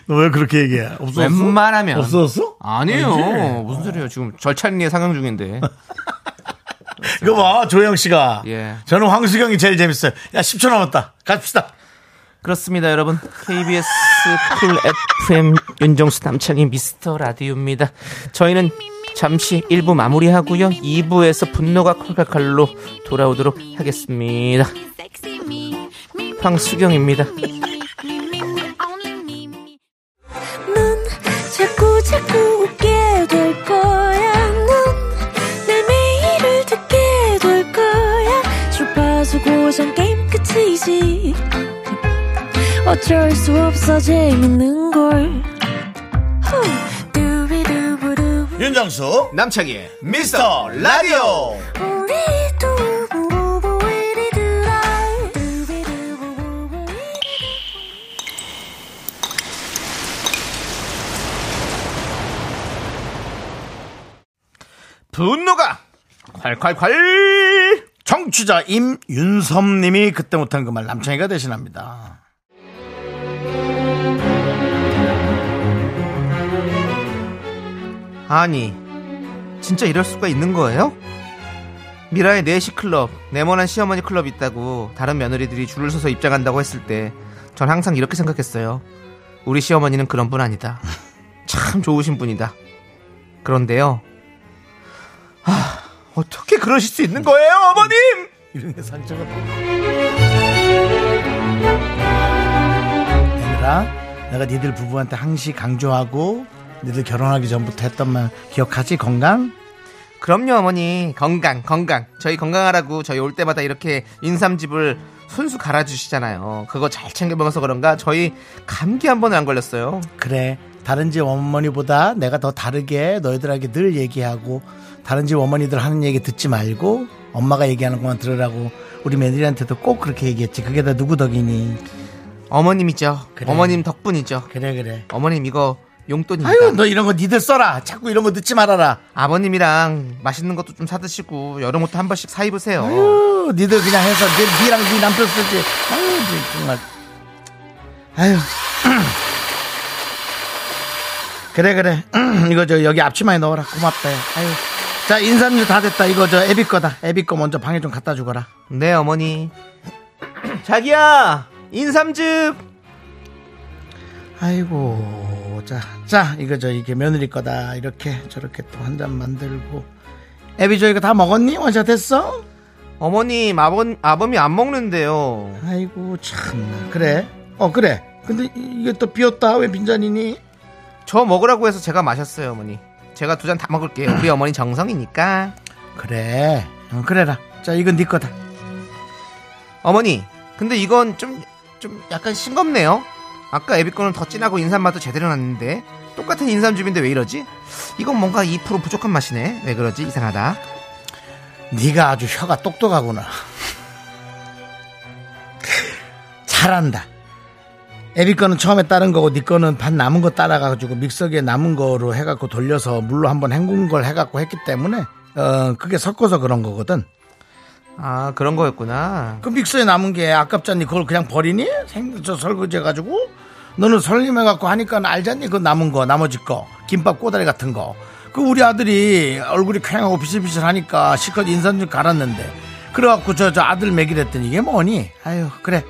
Speaker 3: 너 왜 그렇게 얘기해? 없었어?
Speaker 4: 웬만하면
Speaker 3: 없었어?
Speaker 4: 아니에요.
Speaker 3: 아니지.
Speaker 4: 무슨 소리예요? 지금 절찬리에 상영 중인데.
Speaker 3: 이거 봐, 조영 씨가.
Speaker 4: 예.
Speaker 3: 저는 황수경이 제일 재밌어요. 야, 10초 남았다. 갑시다.
Speaker 4: 그렇습니다, 여러분. KBS 쿨 FM 윤정수 남창희 미스터 라디오입니다. 저희는 잠시 1부 마무리하고요. 2부에서 분노가 칼칼칼로 돌아오도록 하겠습니다. 황수경입니다.
Speaker 6: 넌 자꾸 자꾸 웃게 될 거야. 넌내 매일을 듣게 될 거야. 주파수 고정 게임 끝이지. 어쩔 수 없어 재밌는 걸. 후. 두비두부두.
Speaker 3: 윤정수,
Speaker 4: 남창희.
Speaker 3: 미스터 라디오.
Speaker 6: 우리 두부부부 우리 두라. 두비두부부부 우리 두라.
Speaker 4: 분노가 콸콸콸!
Speaker 3: 정취자 임윤섭님이 그때 못한 그 말 남창희가 대신합니다.
Speaker 4: 아니, 진짜 이럴 수가 있는 거예요? 미라의 4시 클럽, 네모난 시어머니 클럽 있다고 다른 며느리들이 줄을 서서 입장한다고 했을 때, 전 항상 이렇게 생각했어요. 우리 시어머니는 그런 분 아니다. 참 좋으신 분이다. 그런데요. 아, 어떻게 그러실 수 있는 거예요, 어머님!
Speaker 3: 이런 게 상처가 돼. 얘들아, 내가 니들 부부한테 항시 강조하고 니들 결혼하기 전부터 했던 말 기억하지? 건강?
Speaker 4: 그럼요 어머니 건강 건강 저희 건강하라고 저희 올 때마다 이렇게 인삼즙을 손수 갈아주시잖아요 그거 잘 챙겨 먹어서 그런가 저희 감기 한 번은 안 걸렸어요
Speaker 3: 그래. 다른 집 어머니보다 내가 더 다르게 너희들에게 늘 얘기하고 다른 집 어머니들 하는 얘기 듣지 말고 엄마가 얘기하는 것만 들으라고 우리 며느리한테도 꼭 그렇게 얘기했지. 그게 다 누구 덕이니?
Speaker 4: 어머님이죠
Speaker 3: 그래.
Speaker 4: 어머님 덕분이죠
Speaker 3: 그래 그래.
Speaker 4: 어머님 이거 용돈입니다
Speaker 3: 아유 너 이런 거 니들 써라. 자꾸 이런 거 듣지 말아라.
Speaker 4: 아버님이랑 맛있는 것도 좀 사드시고 여름 옷도 한 번씩 사입으세요
Speaker 3: 아유, 니들 그냥 해서 니, 니랑 니 남편 쓰지. 아유, 니 정말. 아유. 그래, 그래. 이거 저 여기 앞치마에 넣어라. 고맙다. 아유. 자, 인삼류 다 됐다. 이거 저 애비 거다. 애비 거 먼저 방에 좀 갖다 주거라.
Speaker 4: 네 어머니 자기야 인삼즙
Speaker 3: 아이고. 자, 자, 이거 저 이게 며느리 거다. 이렇게 저렇게 또 한 잔 만들고. 애비 저 이거 다 먹었니? 원샷 됐어?
Speaker 4: 어머님 아버, 아범이 안 먹는데요
Speaker 3: 아이고, 참나. 그래. 어, 그래. 근데 이- 이게 또 비었다. 왜 빈잔이니?
Speaker 4: 저 먹으라고 해서 제가 마셨어요, 어머니. 제가 두 잔 다 먹을게요. 우리 어머니 정성이니까.
Speaker 3: 그래 응, 그래라 자 이건 네 거다
Speaker 4: 어머니, 근데 이건 좀, 좀 약간 싱겁네요. 아까 애비 거는 더 진하고 인삼 맛도 제대로 났는데 똑같은 인삼즙인데 왜 이러지? 이건 뭔가 2% 부족한 맛이네. 왜 그러지? 이상하다.
Speaker 3: 네가 아주 혀가 똑똑하구나 잘한다 애비 거는 처음에 따른 거고 네 거는 반 남은 거 따라가지고 믹서기에 남은 거로 해갖고 돌려서 물로 한번 헹군 걸 해갖고 했기 때문에 어 그게 섞어서 그런 거거든
Speaker 4: 아 그런 거였구나.
Speaker 3: 그 믹서에 남은 게 아깝잖니 그걸 그냥 버리니? 생, 저 설거지 해가지고 너는 설림해갖고 하니까 알잖니 그 남은 거 나머지 거 김밥 꼬다리 같은 거그 우리 아들이 얼굴이 쾌하고 비실비실 하니까 실컷 인삼 좀 갈았는데 그래갖고 저, 저 아들 먹이랬더니 이게 뭐니? 아유 그래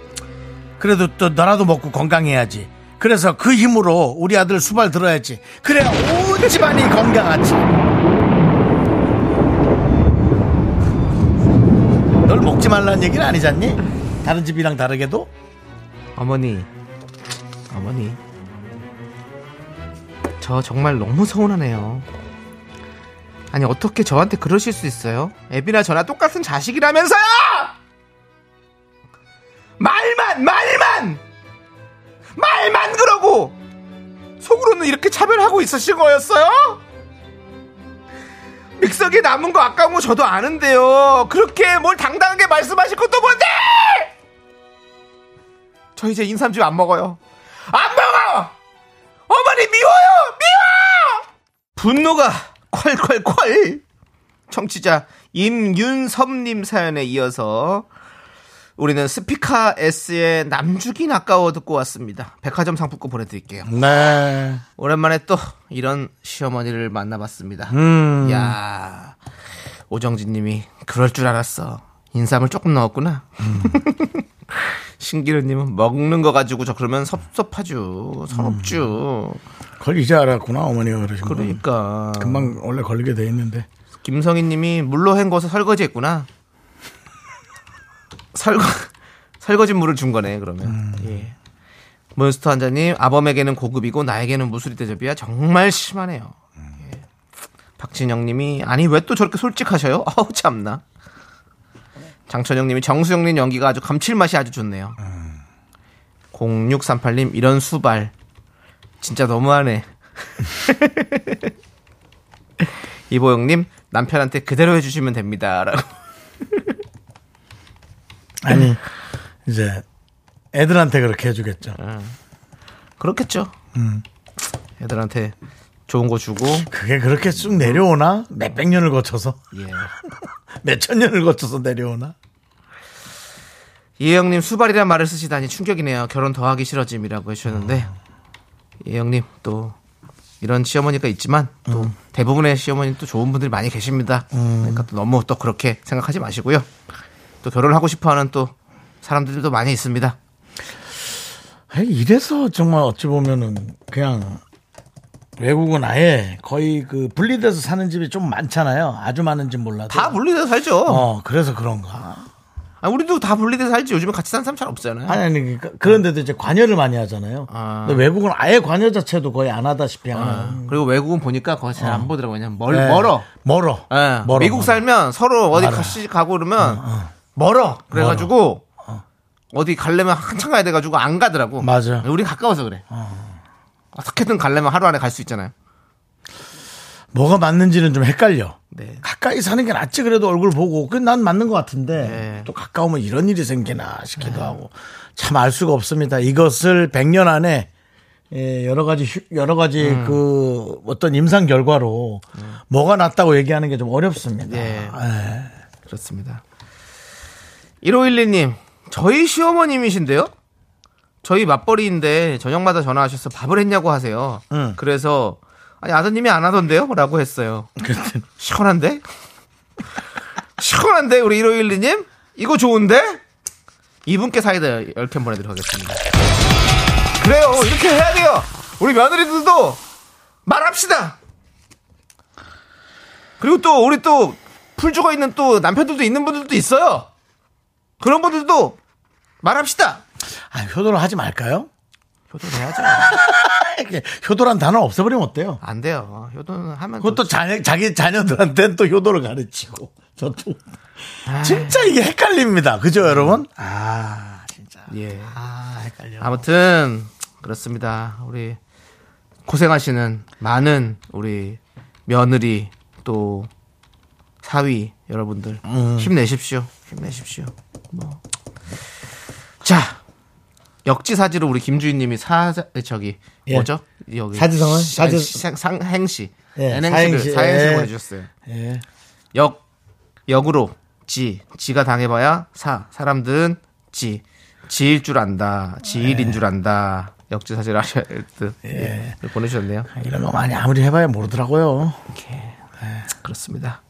Speaker 3: 그래도 또 너라도 먹고 건강해야지 그래서 그 힘으로 우리 아들 수발 들어야지 그래야 온 집안이 건강하지 널 먹지 말라는 얘기는 아니잖니? 다른 집이랑 다르게도
Speaker 4: 어머니, 어머니, 저 정말 너무 서운하네요. 아니 어떻게 저한테 그러실 수 있어요? 애비나 저나 똑같은 자식이라면서요! 말만 말만 말만 그러고 속으로는 이렇게 차별하고 있으신 거였어요? 믹서기에 남은 거 아까운 거 저도 아는데요. 그렇게 뭘 당당하게 말씀하실 것도 뭔데! 저 이제 인삼즙 안 먹어요. 안 먹어! 어머니 미워요! 미워! 분노가 콸콸콸! 청취자 임윤섭님 사연에 이어서 우리는 스피카 S의 남주긴 아까워 듣고 왔습니다. 백화점 상품권 보내드릴게요.
Speaker 3: 네
Speaker 4: 오랜만에 또 이런 시어머니를 만나봤습니다. 야 오정진님이 그럴 줄 알았어. 인삼을 조금 넣었구나. 신기루님은 먹는 거 가지고 저 그러면 섭섭하죠. 서럽죠.
Speaker 3: 그걸 이제 알았구나 어머니가 그러신 거
Speaker 4: 그러니까
Speaker 3: 금방 원래 걸리게 돼 있는데
Speaker 4: 김성희님이 물로 헹궈서 설거지했구나. 설거 설거지 물을 준 거네 그러면. 예. 몬스터 한자님 아범에게는 고급이고 나에게는 무수리 대접이야 정말 심하네요. 예. 박진영님이 아니 왜 또 저렇게 솔직하셔요? 아우 참나. 장천영님이 정수영님 연기가 아주 감칠맛이 아주 좋네요. 0638님 이런 수발 진짜 너무하네. 이보영님 남편한테 그대로 해주시면 됩니다라고.
Speaker 3: 아니 이제 애들한테 그렇게 해주겠죠
Speaker 4: 그렇겠죠.
Speaker 3: 음.
Speaker 4: 애들한테 좋은 거 주고
Speaker 3: 그게 그렇게 쭉 내려오나 몇백 년을 거쳐서
Speaker 4: 예.
Speaker 3: 몇천 년을 거쳐서 내려오나
Speaker 4: 이혜영님 수발이란 말을 쓰시다니 충격이네요. 결혼 더 하기 싫어짐이라고 해주셨는데
Speaker 3: 음.
Speaker 4: 이혜영님 또 이런 시어머니가 있지만 또
Speaker 3: 음.
Speaker 4: 대부분의 시어머니 또 좋은 분들이 많이 계십니다. 그러니까 또 너무 또 그렇게 생각하지 마시고요. 또 결혼을 하고 싶어하는 또 사람들도 많이 있습니다.
Speaker 3: 아니, 이래서 정말 어찌 보면은 그냥 외국은 아예 거의 그 분리돼서 사는 집이 좀 많잖아요 아주 많은 집 몰라도
Speaker 4: 다 분리돼서 살죠.
Speaker 3: 네. 어 그래서 그런가
Speaker 4: 아, 우리도 다 분리돼서 살지. 요즘에 같이 사는 사람 잘 없잖아요.
Speaker 3: 아니 아니 그러니까 그런데도 이제 관여를 많이 하잖아요 아.
Speaker 4: 아.
Speaker 3: 근데 외국은 아예 관여 자체도 거의 안 하다시피 하는
Speaker 4: 어. 그리고 외국은 보니까 그거 잘 안 보더라고요. 그냥 멀,
Speaker 3: 어. 네.
Speaker 4: 멀어.
Speaker 3: 멀어.
Speaker 4: 예,
Speaker 3: 멀어,
Speaker 4: 미국
Speaker 3: 멀어. 어,
Speaker 4: 살면 서로 어디
Speaker 3: 알아.
Speaker 4: 같이 가고 그러면 멀어. 그래가지고 어. 디 갈려면 한참 가야 돼가지고 안 가더라고.
Speaker 3: 맞아. 어.
Speaker 4: 우리 가까워서 그래. 어떻게든 가려면 하루 안에 갈 수 있잖아요.
Speaker 3: 뭐가 맞는지는 좀 헷갈려.
Speaker 4: 네.
Speaker 3: 가까이 사는 게 낫지 그래도 얼굴 보고 그난 맞는 것 같은데
Speaker 4: 네.
Speaker 3: 또 가까우면 이런 일이 생기나 싶기도 하고 참 알 수가 없습니다. 이것을 100년 안에 예, 여러 가지 휴- 여러 가지
Speaker 4: 음.
Speaker 3: 그 어떤 임상 결과로 뭐가 낫다고 얘기하는 게 좀 어렵습니다.
Speaker 4: 네.
Speaker 3: 예.
Speaker 4: 그렇습니다. 1512님, 저희 시어머님이신데요? 저희 맞벌이인데 저녁마다 전화하셔서 밥을 했냐고 하세요. 그래서 아니 아드님이 안 하던데요? 라고 했어요.
Speaker 3: 그랬더니
Speaker 4: 시원한데? 시원한데 우리 1512님? 이거 좋은데? 이분께 사이다 10캔 보내드리겠습니다 그래요 이렇게 해야 돼요 우리 며느리들도 말합시다 그리고 또 우리 또 풀주가 있는 또 남편들도 있는 분들도 있어요 그런 분들도 말합시다
Speaker 3: 아, 효도를 하지 말까요?
Speaker 4: 효도는 해야죠
Speaker 3: 이렇게 효도란 단어 없애버리면 어때요?
Speaker 4: 안 돼요 효도는 하면
Speaker 3: 그것도
Speaker 4: 또-
Speaker 3: 자녀, 자기 자녀들한테는 또 효도를 가르치고. 저도. 진짜 이게 헷갈립니다. 그죠, 여러분? 아, 진짜.
Speaker 4: 예.
Speaker 3: 아, 헷갈려.
Speaker 4: 아무튼 그렇습니다. 우리 고생하시는 많은 우리 며느리 또 사위 여러분들
Speaker 3: 음.
Speaker 4: 힘내십시오. 힘내십시오. 뭐. 자 역지사지로 우리 김주인님이 사 저기
Speaker 3: 예.
Speaker 4: 뭐죠 여기
Speaker 3: 사지성을?
Speaker 4: 시- 아니,
Speaker 3: 사지-
Speaker 4: 시- 상- 상- 행시 네,
Speaker 3: 예,
Speaker 4: 행시를
Speaker 3: 사행시.
Speaker 4: 사행시로
Speaker 3: 예.
Speaker 4: 해주셨어요.
Speaker 3: 예.
Speaker 4: 역 역으로 지. 지가 당해봐야 사. 사람들은 지. 지일 줄 안다. 지일인 줄 안다. 역지사실 하셔야 될 듯. 예. 보내주셨네요.
Speaker 3: 이런 거 많이 아무리 해봐야 모르더라고요.
Speaker 4: 예,
Speaker 3: 네.
Speaker 4: 그렇습니다.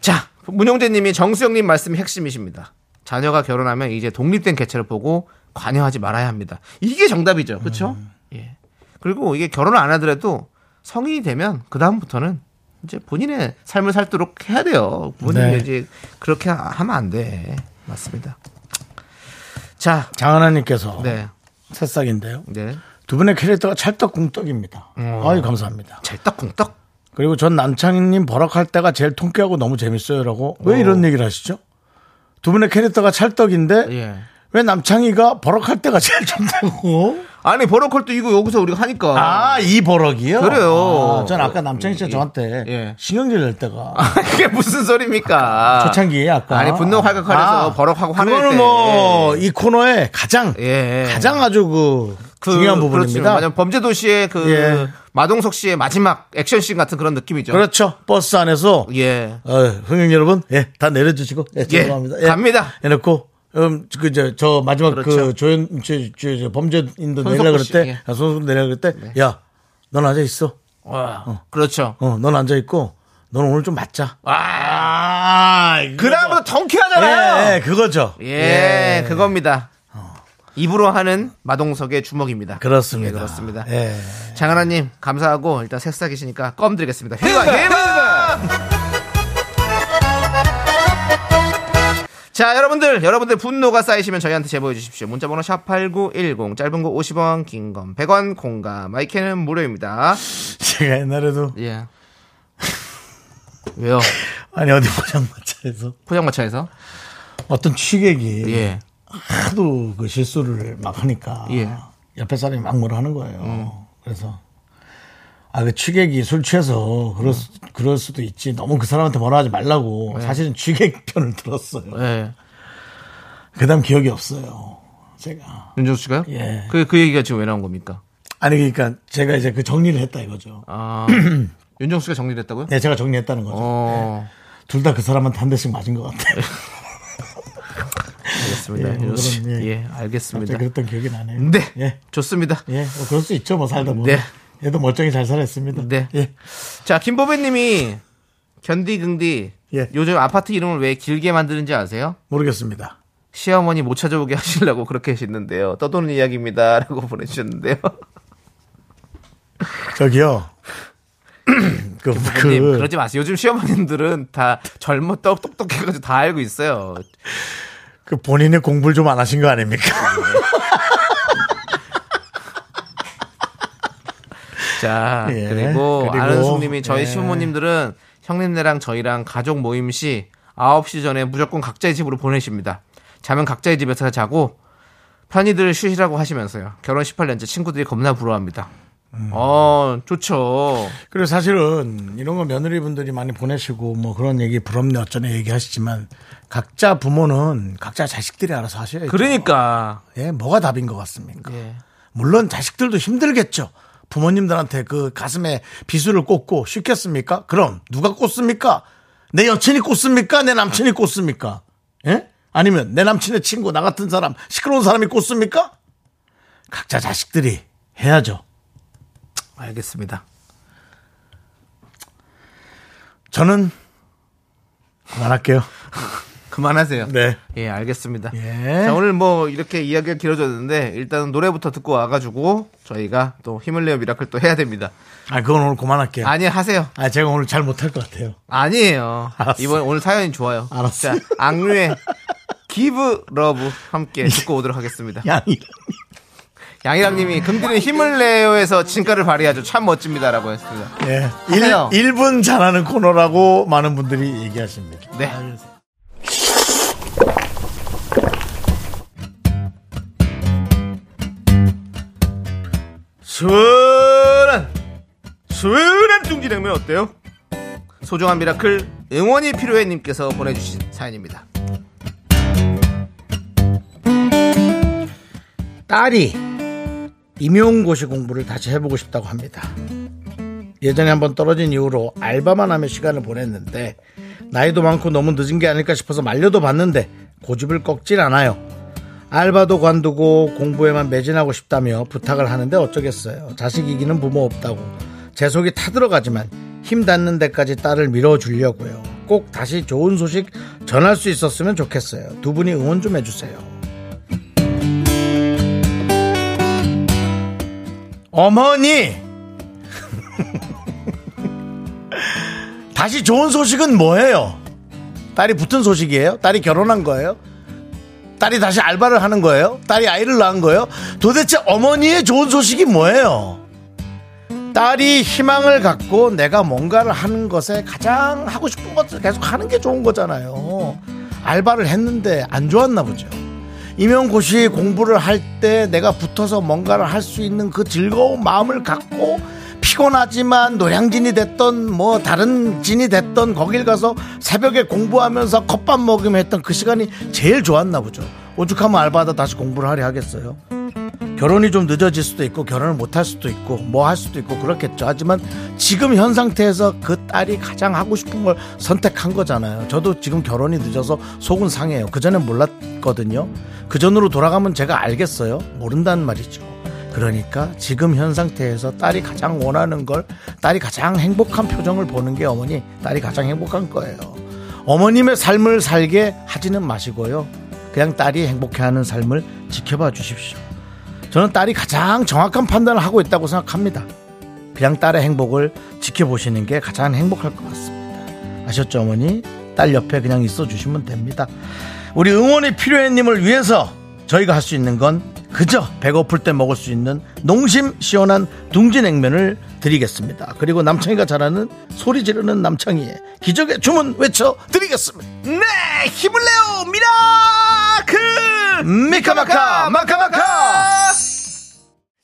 Speaker 4: 자, 문용재님이 정수영님 말씀이 핵심이십니다. 자녀가 결혼하면 이제 독립된 개체를 보고 관여하지 말아야 합니다. 이게 정답이죠, 그렇죠?
Speaker 3: 음.
Speaker 4: 예. 그리고 이게 결혼을 안 하더라도 성인이 되면 그 다음부터는 이제 본인의 삶을 살도록 해야 돼요. 본인이
Speaker 3: 네.
Speaker 4: 이제 그렇게 하- 하면 안 돼. 맞습니다. 자,
Speaker 3: 장하나님께서
Speaker 4: 네,
Speaker 3: 새싹인데요.
Speaker 4: 네,
Speaker 3: 두 분의 캐릭터가 찰떡궁떡입니다. 아유 감사합니다.
Speaker 4: 잘딱궁떡.
Speaker 3: 그리고 전 남창희님 버럭할 때가 제일 통쾌하고 너무 재밌어요라고 왜 이런 얘기를 하시죠? 두 분의 캐릭터가 찰떡인데
Speaker 4: 예.
Speaker 3: 왜 남창희가 버럭할 때가 제일 좋다고?
Speaker 4: 아니 버로콜도 이거 여기서 우리가 하니까.
Speaker 3: 아, 이 버럭이요?
Speaker 4: 그래요.
Speaker 3: 아, 전 아까 남창희 씨가
Speaker 4: 예,
Speaker 3: 저한테
Speaker 4: 예.
Speaker 3: 신경질 낼 때가.
Speaker 4: 아, 그게 무슨 소리입니까?
Speaker 3: 초창기에 아까.
Speaker 4: 아니 분노 활각하면서 버럭하고 화낼 때.
Speaker 3: 그거는 뭐, 이 코너의 가장,
Speaker 4: 예. 그렇죠.
Speaker 3: 가장 아주 그, 중요한 부분입니다.
Speaker 4: 맞아 범죄 도시의 그
Speaker 3: 예.
Speaker 4: 마동석 씨의 마지막 액션씬 같은 그런 느낌이죠.
Speaker 3: 그렇죠. 버스 안에서.
Speaker 4: 예.
Speaker 3: 어, 흥행 여러분, 예, 다 내려주시고, 예,
Speaker 4: 예.
Speaker 3: 죄송합니다. 예.
Speaker 4: 갑니다.
Speaker 3: 해놓고, 음, 그, 저, 저 마지막
Speaker 4: 그렇죠.
Speaker 3: 그 조연, 저, 저, 저 범죄인도
Speaker 4: 손석구
Speaker 3: 내려 그럴
Speaker 4: 씨,
Speaker 3: 때,
Speaker 4: 예. 네.
Speaker 3: 아, 손석구 내려 그럴 때, 야, 넌 앉아 있어.
Speaker 4: 그렇죠.
Speaker 3: 어, 넌 앉아 있고, 넌 오늘 좀 맞자.
Speaker 4: 아. 그 다음부터 덩쾌하잖아요.
Speaker 3: 예, 예, 그거죠.
Speaker 4: 예, 그겁니다. 입으로 하는 마동석의 주먹입니다.
Speaker 3: 어. 그렇습니다.
Speaker 4: 예, 그렇습니다.
Speaker 3: 예.
Speaker 4: 장하나님 감사하고 일단 새싹이시니까 껌 드리겠습니다. 휘바 휘바. 자 여러분들 여러분들 분노가 쌓이시면 저희한테 제보해 주십시오. 문자번호 샵8910 짧은 거 50원 긴 건 100원 공감 마이크는 무료입니다.
Speaker 3: 제가 옛날에도
Speaker 4: 예. 왜요?
Speaker 3: 아니 어디 포장마차에서
Speaker 4: 포장마차에서?
Speaker 3: 어떤 취객이
Speaker 4: 예.
Speaker 3: 하도 그 실수를 막 하니까
Speaker 4: 예. 음.
Speaker 3: 옆에 사람이 막 뭐라 하는 거예요. 그래서 아 그 취객이 술 취해서 그럴, 수, 그럴 수도 있지. 너무 그 사람한테 뭐라 하지 말라고 사실은 취객 편을 들었어요.
Speaker 4: 예.
Speaker 3: 그다음 기억이 없어요. 제가
Speaker 4: 윤정수 씨가요?
Speaker 3: 예.
Speaker 4: 그, 그 얘기가 지금 왜 나온 겁니까?
Speaker 3: 아니 그러니까 제가 이제 그 정리를 했다 이거죠.
Speaker 4: 아. 윤정수 씨가 정리를 했다고요?
Speaker 3: 네, 제가 정리했다는 거죠.
Speaker 4: 어.
Speaker 3: 둘 다 그 사람한테 한 대씩 맞은 것 같아요.
Speaker 4: 알겠습니다.
Speaker 3: 예,
Speaker 4: 윤정수 씨.
Speaker 3: 오늘은, 예.
Speaker 4: 예, 알겠습니다.
Speaker 3: 갑자기 그랬던 기억이 나네요.
Speaker 4: 네.
Speaker 3: 예.
Speaker 4: 좋습니다.
Speaker 3: 예, 뭐 그럴 수 있죠. 뭐 살다 보면.
Speaker 4: 네.
Speaker 3: 얘도 멀쩡히 잘 살았습니다.
Speaker 4: 네.
Speaker 3: 예.
Speaker 4: 자, 김보배 님이 견디 긍디
Speaker 3: 예.
Speaker 4: 요즘 아파트 이름을 왜 길게 만드는지 아세요?
Speaker 3: 모르겠습니다.
Speaker 4: 시어머니 못 찾아오게 하시려고 그렇게 하시는데요. 떠도는 이야기입니다라고 보내주셨는데요.
Speaker 3: 저기요. 그,
Speaker 4: 님
Speaker 3: 그,
Speaker 4: 그러지 마세요. 요즘 시어머님들은 다 젊어 떡 똑똑해가지고 다 알고 있어요.
Speaker 3: 그 본인의 공부를 좀 안 하신 거 아닙니까?
Speaker 4: 자
Speaker 3: 예,
Speaker 4: 그리고,
Speaker 3: 그리고,
Speaker 4: 아는숙님이 저희
Speaker 3: 예.
Speaker 4: 시부모님들은 형님네랑 저희랑 가족 모임 시 9시 전에 무조건 각자의 집으로 보내십니다. 자면 각자의 집에서 자고 편히들 쉬시라고 하시면서요. 결혼 18년째 친구들이 겁나 부러워합니다. 어 좋죠.
Speaker 3: 그리고 사실은 이런 거 며느리분들이 많이 보내시고 뭐 그런 얘기 부럽네 어쩌네 얘기하시지만 각자 부모는 각자 자식들이 알아서 하셔야죠.
Speaker 4: 그러니까
Speaker 3: 예, 뭐가 답인 것 같습니까?
Speaker 4: 예.
Speaker 3: 물론 자식들도 힘들겠죠. 부모님들한테 그 가슴에 비수를 꽂고 쉽겠습니까? 그럼 누가 꽂습니까? 내 여친이 꽂습니까? 내 남친이 꽂습니까? 예? 아니면 내 남친의 친구 나 같은 사람 시끄러운 사람이 꽂습니까? 각자 자식들이 해야죠.
Speaker 4: 알겠습니다.
Speaker 3: 저는 그만할게요.
Speaker 4: 그만하세요.
Speaker 3: 네.
Speaker 4: 예, 알겠습니다.
Speaker 3: 예.
Speaker 4: 자, 오늘 뭐 이렇게 이야기가 길어졌는데 일단은 노래부터 듣고 와가지고 저희가 또 힘을 내요 미라클 또 해야 됩니다.
Speaker 3: 아 그건 오늘 그만할게요.
Speaker 4: 아니 하세요.
Speaker 3: 아 제가 오늘 잘 못할 것 같아요.
Speaker 4: 아니에요.
Speaker 3: 알았어.
Speaker 4: 이번 오늘 사연이 좋아요.
Speaker 3: 알았어.
Speaker 4: 자, 악뮤의 기브 러브 함께 듣고 오도록 하겠습니다.
Speaker 3: 양이
Speaker 4: 양희랑님이 금디는 힘을 내요에서 진가를 발휘하죠. 참 멋집니다라고 했습니다.
Speaker 3: 예.
Speaker 4: 하세요.
Speaker 3: 1, 분 잘하는 코너라고 많은 분들이 얘기하십니다.
Speaker 4: 네. 시원한 시원한 둥지냉면 어때요? 소중한 미라클 응원이 필요해 님께서 보내주신 사연입니다.
Speaker 3: 딸이 임용고시 공부를 다시 해보고 싶다고 합니다. 예전에 한번 떨어진 이후로 알바만 하며 시간을 보냈는데 나이도 많고 너무 늦은 게 아닐까 싶어서 말려도 봤는데 고집을 꺾질 않아요. 알바도 관두고 공부에만 매진하고 싶다며 부탁을 하는데 어쩌겠어요. 자식 이기는 부모 없다고. 제 속이 타들어가지만 힘 닿는 데까지 딸을 밀어주려고요. 꼭 다시 좋은 소식 전할 수 있었으면 좋겠어요. 두 분이 응원 좀 해주세요. 어머니! 다시 좋은 소식은 뭐예요? 딸이 붙은 소식이에요? 딸이 결혼한 거예요? 딸이 다시 알바를 하는 거예요? 딸이 아이를 낳은 거예요? 도대체 어머니의 좋은 소식이 뭐예요? 딸이 희망을 갖고 내가 뭔가를 하는 것에 가장 하고 싶은 것을 계속 하는 게 좋은 거잖아요. 알바를 했는데 안 좋았나 보죠. 임용고시 공부를 할 때 내가 붙어서 뭔가를 할 수 있는 그 즐거운 마음을 갖고 피곤하지만 노량진이 됐던 뭐 다른 진이 됐던 거길 가서 새벽에 공부하면서 컵밥 먹으며 했던 그 시간이 제일 좋았나 보죠. 오죽하면 알바하다 다시 공부를 하려 하겠어요. 결혼이 좀 늦어질 수도 있고 결혼을 못 할 수도 있고 뭐 할 수도 있고 그렇겠죠. 하지만 지금 현 상태에서 그 딸이 가장 하고 싶은 걸 선택한 거잖아요. 저도 지금 결혼이 늦어서 속은 상해요. 그 전엔 몰랐거든요. 그 전으로 돌아가면 제가 알겠어요. 모른단 말이죠. 그러니까 지금 현 상태에서 딸이 가장 원하는 걸 딸이 가장 행복한 표정을 보는 게 어머니 딸이 가장 행복한 거예요. 어머님의 삶을 살게 하지는 마시고요. 그냥 딸이 행복해하는 삶을 지켜봐 주십시오. 저는 딸이 가장 정확한 판단을 하고 있다고 생각합니다. 그냥 딸의 행복을 지켜보시는 게 가장 행복할 것 같습니다. 아셨죠, 어머니? 딸 옆에 그냥 있어 주시면 됩니다. 우리 응원이 필요한 님을 위해서 저희가 할 수 있는 건 그저 배고플 때 먹을 수 있는 농심 시원한 둥지 냉면을 드리겠습니다. 그리고 남창이가 잘하는 소리 지르는 남창이의 기적의 주문 외쳐 드리겠습니다.
Speaker 4: 네 힘을 내요 미라클 아!
Speaker 3: 미카마카 마카마카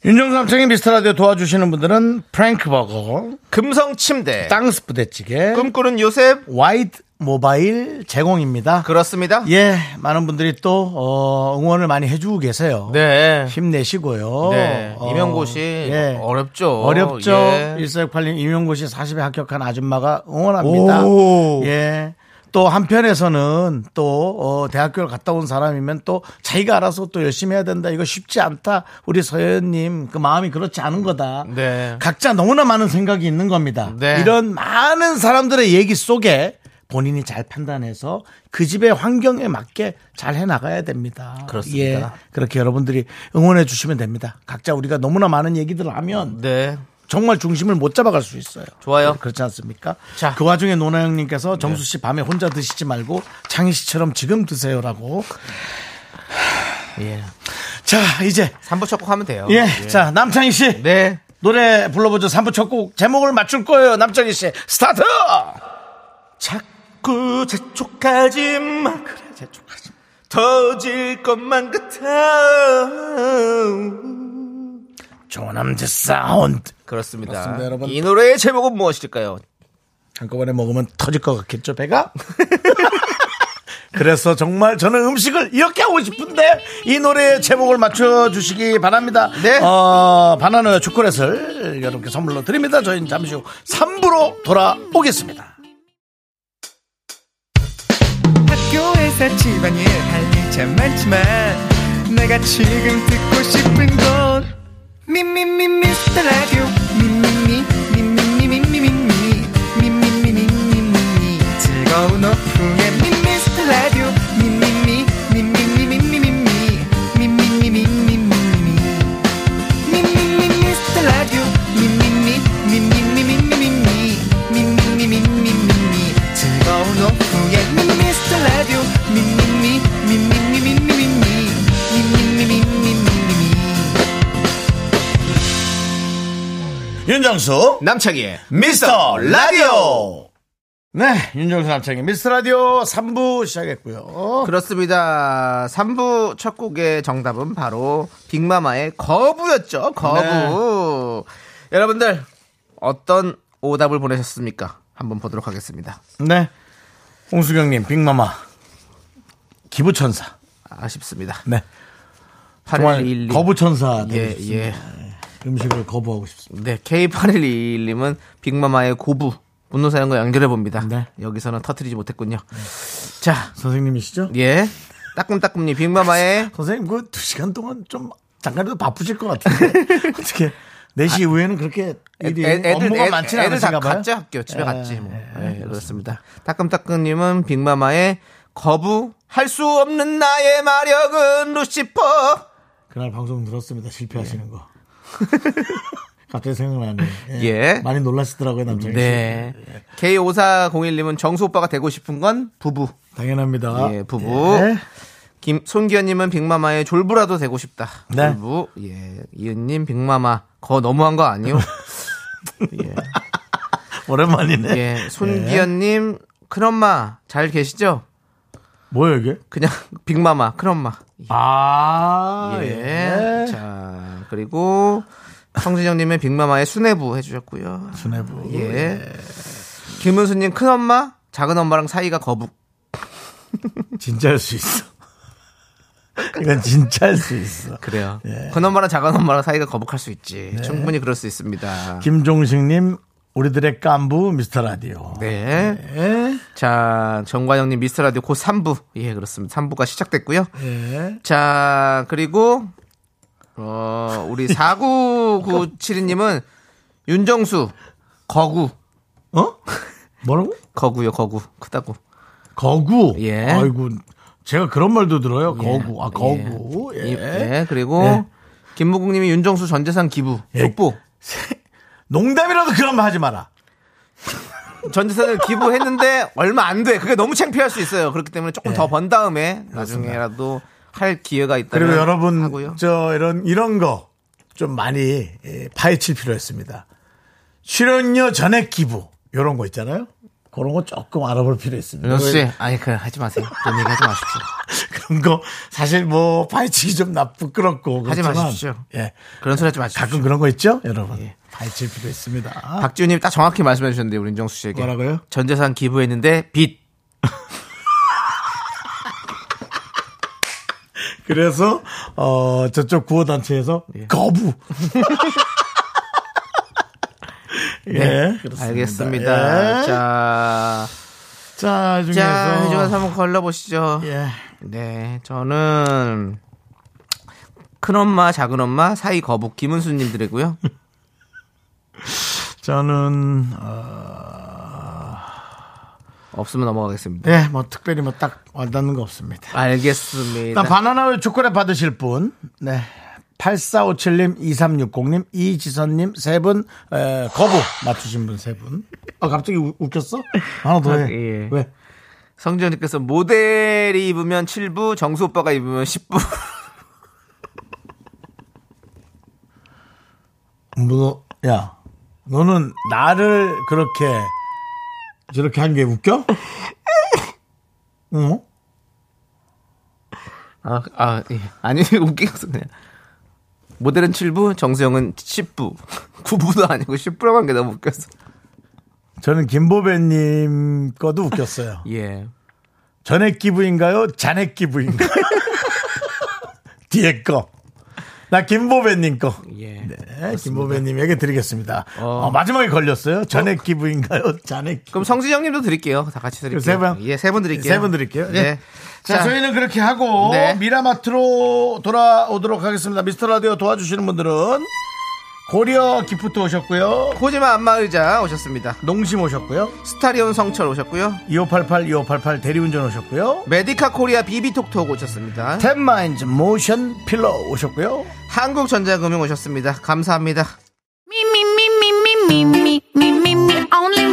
Speaker 3: 윤정수 남창의 미스터라디오 도와주시는 분들은 프랭크버거
Speaker 4: 금성 침대
Speaker 3: 예. 땅스 부대찌개
Speaker 4: 꿈꾸는 요셉
Speaker 3: 와이드 모바일 제공입니다.
Speaker 4: 그렇습니다
Speaker 3: 예, 많은 분들이 또 어, 응원을 많이 해주고 계세요.
Speaker 4: 네
Speaker 3: 힘내시고요.
Speaker 4: 네,
Speaker 3: 어,
Speaker 4: 임용고시
Speaker 3: 예.
Speaker 4: 어렵죠.
Speaker 3: 어렵죠.
Speaker 4: 예.
Speaker 3: 1468님 임용고시 40에 합격한 아줌마가 응원합니다.
Speaker 4: 오.
Speaker 3: 예. 또 한편에서는 또 어, 대학교를 갔다 온 사람이면 또 자기가 알아서 또 열심히 해야 된다. 이거 쉽지 않다. 우리 서현님 그 마음이 그렇지 않은 거다.
Speaker 4: 네.
Speaker 3: 각자 너무나 많은 생각이 있는 겁니다.
Speaker 4: 네.
Speaker 3: 이런 많은 사람들의 얘기 속에 본인이 잘 판단해서 그 집의 환경에 맞게 잘 해나가야 됩니다. 예.
Speaker 4: 그렇습니다.
Speaker 3: 그렇게 여러분들이 응원해 주시면 됩니다. 각자 우리가 너무나 많은 얘기들을 하면
Speaker 4: 네
Speaker 3: 정말 중심을 못 잡아갈 수 있어요.
Speaker 4: 좋아요.
Speaker 3: 네, 그렇지 않습니까?
Speaker 4: 자. 네.
Speaker 3: 그 와중에 노나 형님께서 정수 씨 밤에 혼자 드시지 말고 창희 씨처럼 지금 드세요라고.
Speaker 4: 예.
Speaker 3: 자, 이제.
Speaker 4: 3부 첫 곡 하면 돼요
Speaker 3: 예. 자, 남창희 씨.
Speaker 4: 아, 네
Speaker 3: 노래 불러보죠. 3부 첫 곡 제목을 맞출 거예요. 남창희 씨. 스타트!
Speaker 4: 아, 자꾸 재촉하지 마. 그래, 재촉하지 마. 터질 것만 같아.
Speaker 3: 조남지 사운드.
Speaker 4: 그렇습니다.
Speaker 3: 그렇습니다, 여러분.
Speaker 4: 이 노래의 제목은 무엇일까요?
Speaker 3: 한꺼번에 먹으면 터질 것 같겠죠, 배가? 그래서 정말 저는 음식을 이렇게 하고 싶은데 이 노래의 제목을 맞춰주시기 바랍니다.
Speaker 4: 네.
Speaker 3: 어, 바나나 초콜릿을 여러분께 선물로 드립니다. 저희는 잠시 후 3부로 돌아오겠습니다.
Speaker 7: 학교에서 집안일 할 일 참 많지만 내가 지금 듣고 싶은 건 미미미 미스터 라디오 미미미 미미미 미미미 미미미 미미미 즐거운 오후에 미스터 라디오 미미미 미미미 미미미 미미미 미미미
Speaker 4: 예,
Speaker 3: 윤정수,
Speaker 4: 남창희의
Speaker 3: 예. 미스터 라디오! 네, 윤정수 남창희 미스터 라디오 3부 시작했고요.
Speaker 4: 그렇습니다. 3부 첫 곡의 정답은 바로 빅마마의 거부였죠. 거부.
Speaker 3: 네.
Speaker 4: 여러분들 어떤 오답을 보내셨습니까? 한번 보도록 하겠습니다.
Speaker 3: 네. 홍수경님, 빅마마. 기부천사.
Speaker 4: 아쉽습니다.
Speaker 3: 네.
Speaker 4: 8112.
Speaker 3: 거부천사.
Speaker 4: 예, 예.
Speaker 3: 음식을 거부하고 싶습니다.
Speaker 4: 네, K8121님은 빅마마의 고부 분노 사연과 연결해 봅니다.
Speaker 3: 네.
Speaker 4: 여기서는 터트리지 못했군요. 자,
Speaker 3: 선생님이시죠?
Speaker 4: 예. 따끔따끔님 빅마마의
Speaker 3: 선생님 그 두 시간 동안 좀 잠깐이라도 바쁘실 것 같은데 어떻게 4시 이후에는 그렇게 일이 업무가
Speaker 4: 아, 애-
Speaker 3: 많지는
Speaker 4: 애들 다
Speaker 3: 않으신가 봐요.
Speaker 4: 갔죠 학교 집에
Speaker 3: 예,
Speaker 4: 갔지 뭐.
Speaker 3: 예,
Speaker 4: 예, 그렇습니다. 따끔따끔님은 빅마마의 거부 할 수 없는 나의 마력은 루시퍼.
Speaker 3: 그날 방송 들었습니다. 실패하시는 거. 갑자기 생각나네요. 예.
Speaker 4: 예.
Speaker 3: 많이 놀라시더라고요 남자.
Speaker 4: 네. K5401님은 정수 오빠가 되고 싶은 건 부부.
Speaker 3: 당연합니다.
Speaker 4: 예, 부부.
Speaker 3: 예.
Speaker 4: 김 손기현님은 빅마마의 졸부라도 되고 싶다.
Speaker 3: 네.
Speaker 4: 졸부. 예, 이은님 빅마마 거 너무한 거 아니요?
Speaker 3: 오랜만이네.
Speaker 4: 예, 손기현님 큰엄마 잘 계시죠?
Speaker 3: 뭐야 이게?
Speaker 4: 그냥 빅마마 큰엄마.
Speaker 3: 아
Speaker 4: 예.
Speaker 3: 예.
Speaker 4: 자 그리고 성진영님의 빅마마의 수뇌부 해주셨고요.
Speaker 3: 수뇌부.
Speaker 4: 예. 김은수님 큰엄마 작은 엄마랑 사이가 거북.
Speaker 3: 진짜일 수 있어. 이건 진짜일 수 있어.
Speaker 4: 그래요. 네. 큰 엄마랑 작은 엄마랑 사이가 거북할 수 있지. 충분히 그럴 수 있습니다.
Speaker 3: 김종식님 우리들의 깐부 미스터 라디오.
Speaker 4: 네.
Speaker 3: 예.
Speaker 4: 자, 정관영님 미스터 라디오 곧 3부. 예, 그렇습니다. 3부가 시작됐고요. 자, 그리고, 어, 우리 4997님은 윤정수, 거구.
Speaker 3: 어? 뭐라고?
Speaker 4: 거구요, 거구. 크다고.
Speaker 3: 거구.
Speaker 4: 예.
Speaker 3: 아이고 제가 그런 말도 들어요.
Speaker 4: 예.
Speaker 3: 거구. 아 거구. 예.
Speaker 4: 이- 예, 그리고
Speaker 3: 예.
Speaker 4: 김무국님이 윤정수 전재산 기부.
Speaker 3: 예.
Speaker 4: 족보.
Speaker 3: 농담이라도 그런 말 하지 마라.
Speaker 4: 전재산을 기부했는데 얼마 안 돼. 그게 너무 창피할 수 있어요. 그렇기 때문에
Speaker 3: 예.
Speaker 4: 조금 더 번 다음에 나중에라도 할 기회가 있다면
Speaker 3: 그리고 여러분
Speaker 4: 네. 하고요.
Speaker 3: 저 이런 이런 거 좀 많이 예, 파헤칠 필요 있습니다. 출연료 전액 기부 이런 거 있잖아요. 그런 거 조금 알아볼 필요 있습니다.
Speaker 4: 윤정수 씨, 아니 그 하지 마세요. 그런 얘기 하지 마십시오.
Speaker 3: 그런 거 사실 뭐 파헤치기 좀 나 부끄럽고
Speaker 4: 하지
Speaker 3: 그렇지만,
Speaker 4: 마십시오.
Speaker 3: 예,
Speaker 4: 그런 소리 하지 마십시오.
Speaker 3: 가끔 그런 거 있죠, 여러분. 파헤칠 필요 있습니다.
Speaker 4: 박지훈님이 딱 정확히 말씀해 주셨는데 우리 윤정수 씨에게
Speaker 3: 뭐라고요?
Speaker 4: 전재산 기부했는데 빚
Speaker 3: 그래서 어 저쪽 구호 단체에서 거부. 예, 그렇습니다.
Speaker 4: 알겠습니다.
Speaker 3: 예.
Speaker 4: 자,
Speaker 3: 자, 이
Speaker 4: 자 해주면서
Speaker 3: 중에서
Speaker 4: 한번 걸러 보시죠.
Speaker 3: 예,
Speaker 4: 네, 저는 큰 엄마, 작은 엄마 사이 거북 김은수님들이고요.
Speaker 3: 저는 어,
Speaker 4: 없으면 넘어가겠습니다.
Speaker 3: 예, 뭐 특별히 뭐 딱 와닿는 거 없습니다.
Speaker 4: 알겠습니다.
Speaker 3: 일단 바나나우유 초콜릿 받으실 분, 네. 8457님, 2360님, 이지선님 세 분, 에, 거부 맞추신 분 세 분. 아, 갑자기 우- 웃겼어? 하나 더 해.
Speaker 4: 예.
Speaker 3: 왜?
Speaker 4: 성지현님께서 모델이 입으면 7부, 정수 오빠가 입으면 10부.
Speaker 3: 너, 야, 너는 나를 그렇게, 저렇게 한 게 웃겨? 응?
Speaker 4: 아, 아, 예. 아니, 웃기겠어, 그냥. 모델은 7부, 정수영은 10부. 9부도 아니고 10부라고 한 게 너무 웃겼어.
Speaker 3: 저는 김보배님 거도 웃겼어요.
Speaker 4: 예.
Speaker 3: 전액 기부인가요? 잔액 기부인가요? 뒤에 거. 나 김보배님 거.
Speaker 4: 예.
Speaker 3: 네, 김보배님에게 드리겠습니다.
Speaker 4: 어.
Speaker 3: 어, 마지막에 걸렸어요. 전액 기부인가요? 잔액 기부.
Speaker 4: 그럼 성진영님도 드릴게요. 다 같이 드릴게요.
Speaker 3: 세 분?
Speaker 4: 예, 세 분 드릴게요.
Speaker 3: 세 분 드릴게요. 예.
Speaker 4: 네.
Speaker 3: 자, 저희는 그렇게 하고
Speaker 4: 네.
Speaker 3: 미라마트로 돌아오도록 하겠습니다. 미스터 라디오 도와주시는 분들은 고려 기프트 오셨고요.
Speaker 4: 코지마 안마의자 오셨습니다.
Speaker 3: 농심 오셨고요.
Speaker 4: 스타리온 성철 오셨고요.
Speaker 3: 2588, 2588 대리운전 오셨고요.
Speaker 4: 메디카 코리아 비비톡톡 오셨습니다.
Speaker 3: 텐마인즈 모션 필러 오셨고요.
Speaker 4: 한국전자금융 오셨습니다. 감사합니다.
Speaker 6: Me, me, me, me, me, me, me, me, me, me, only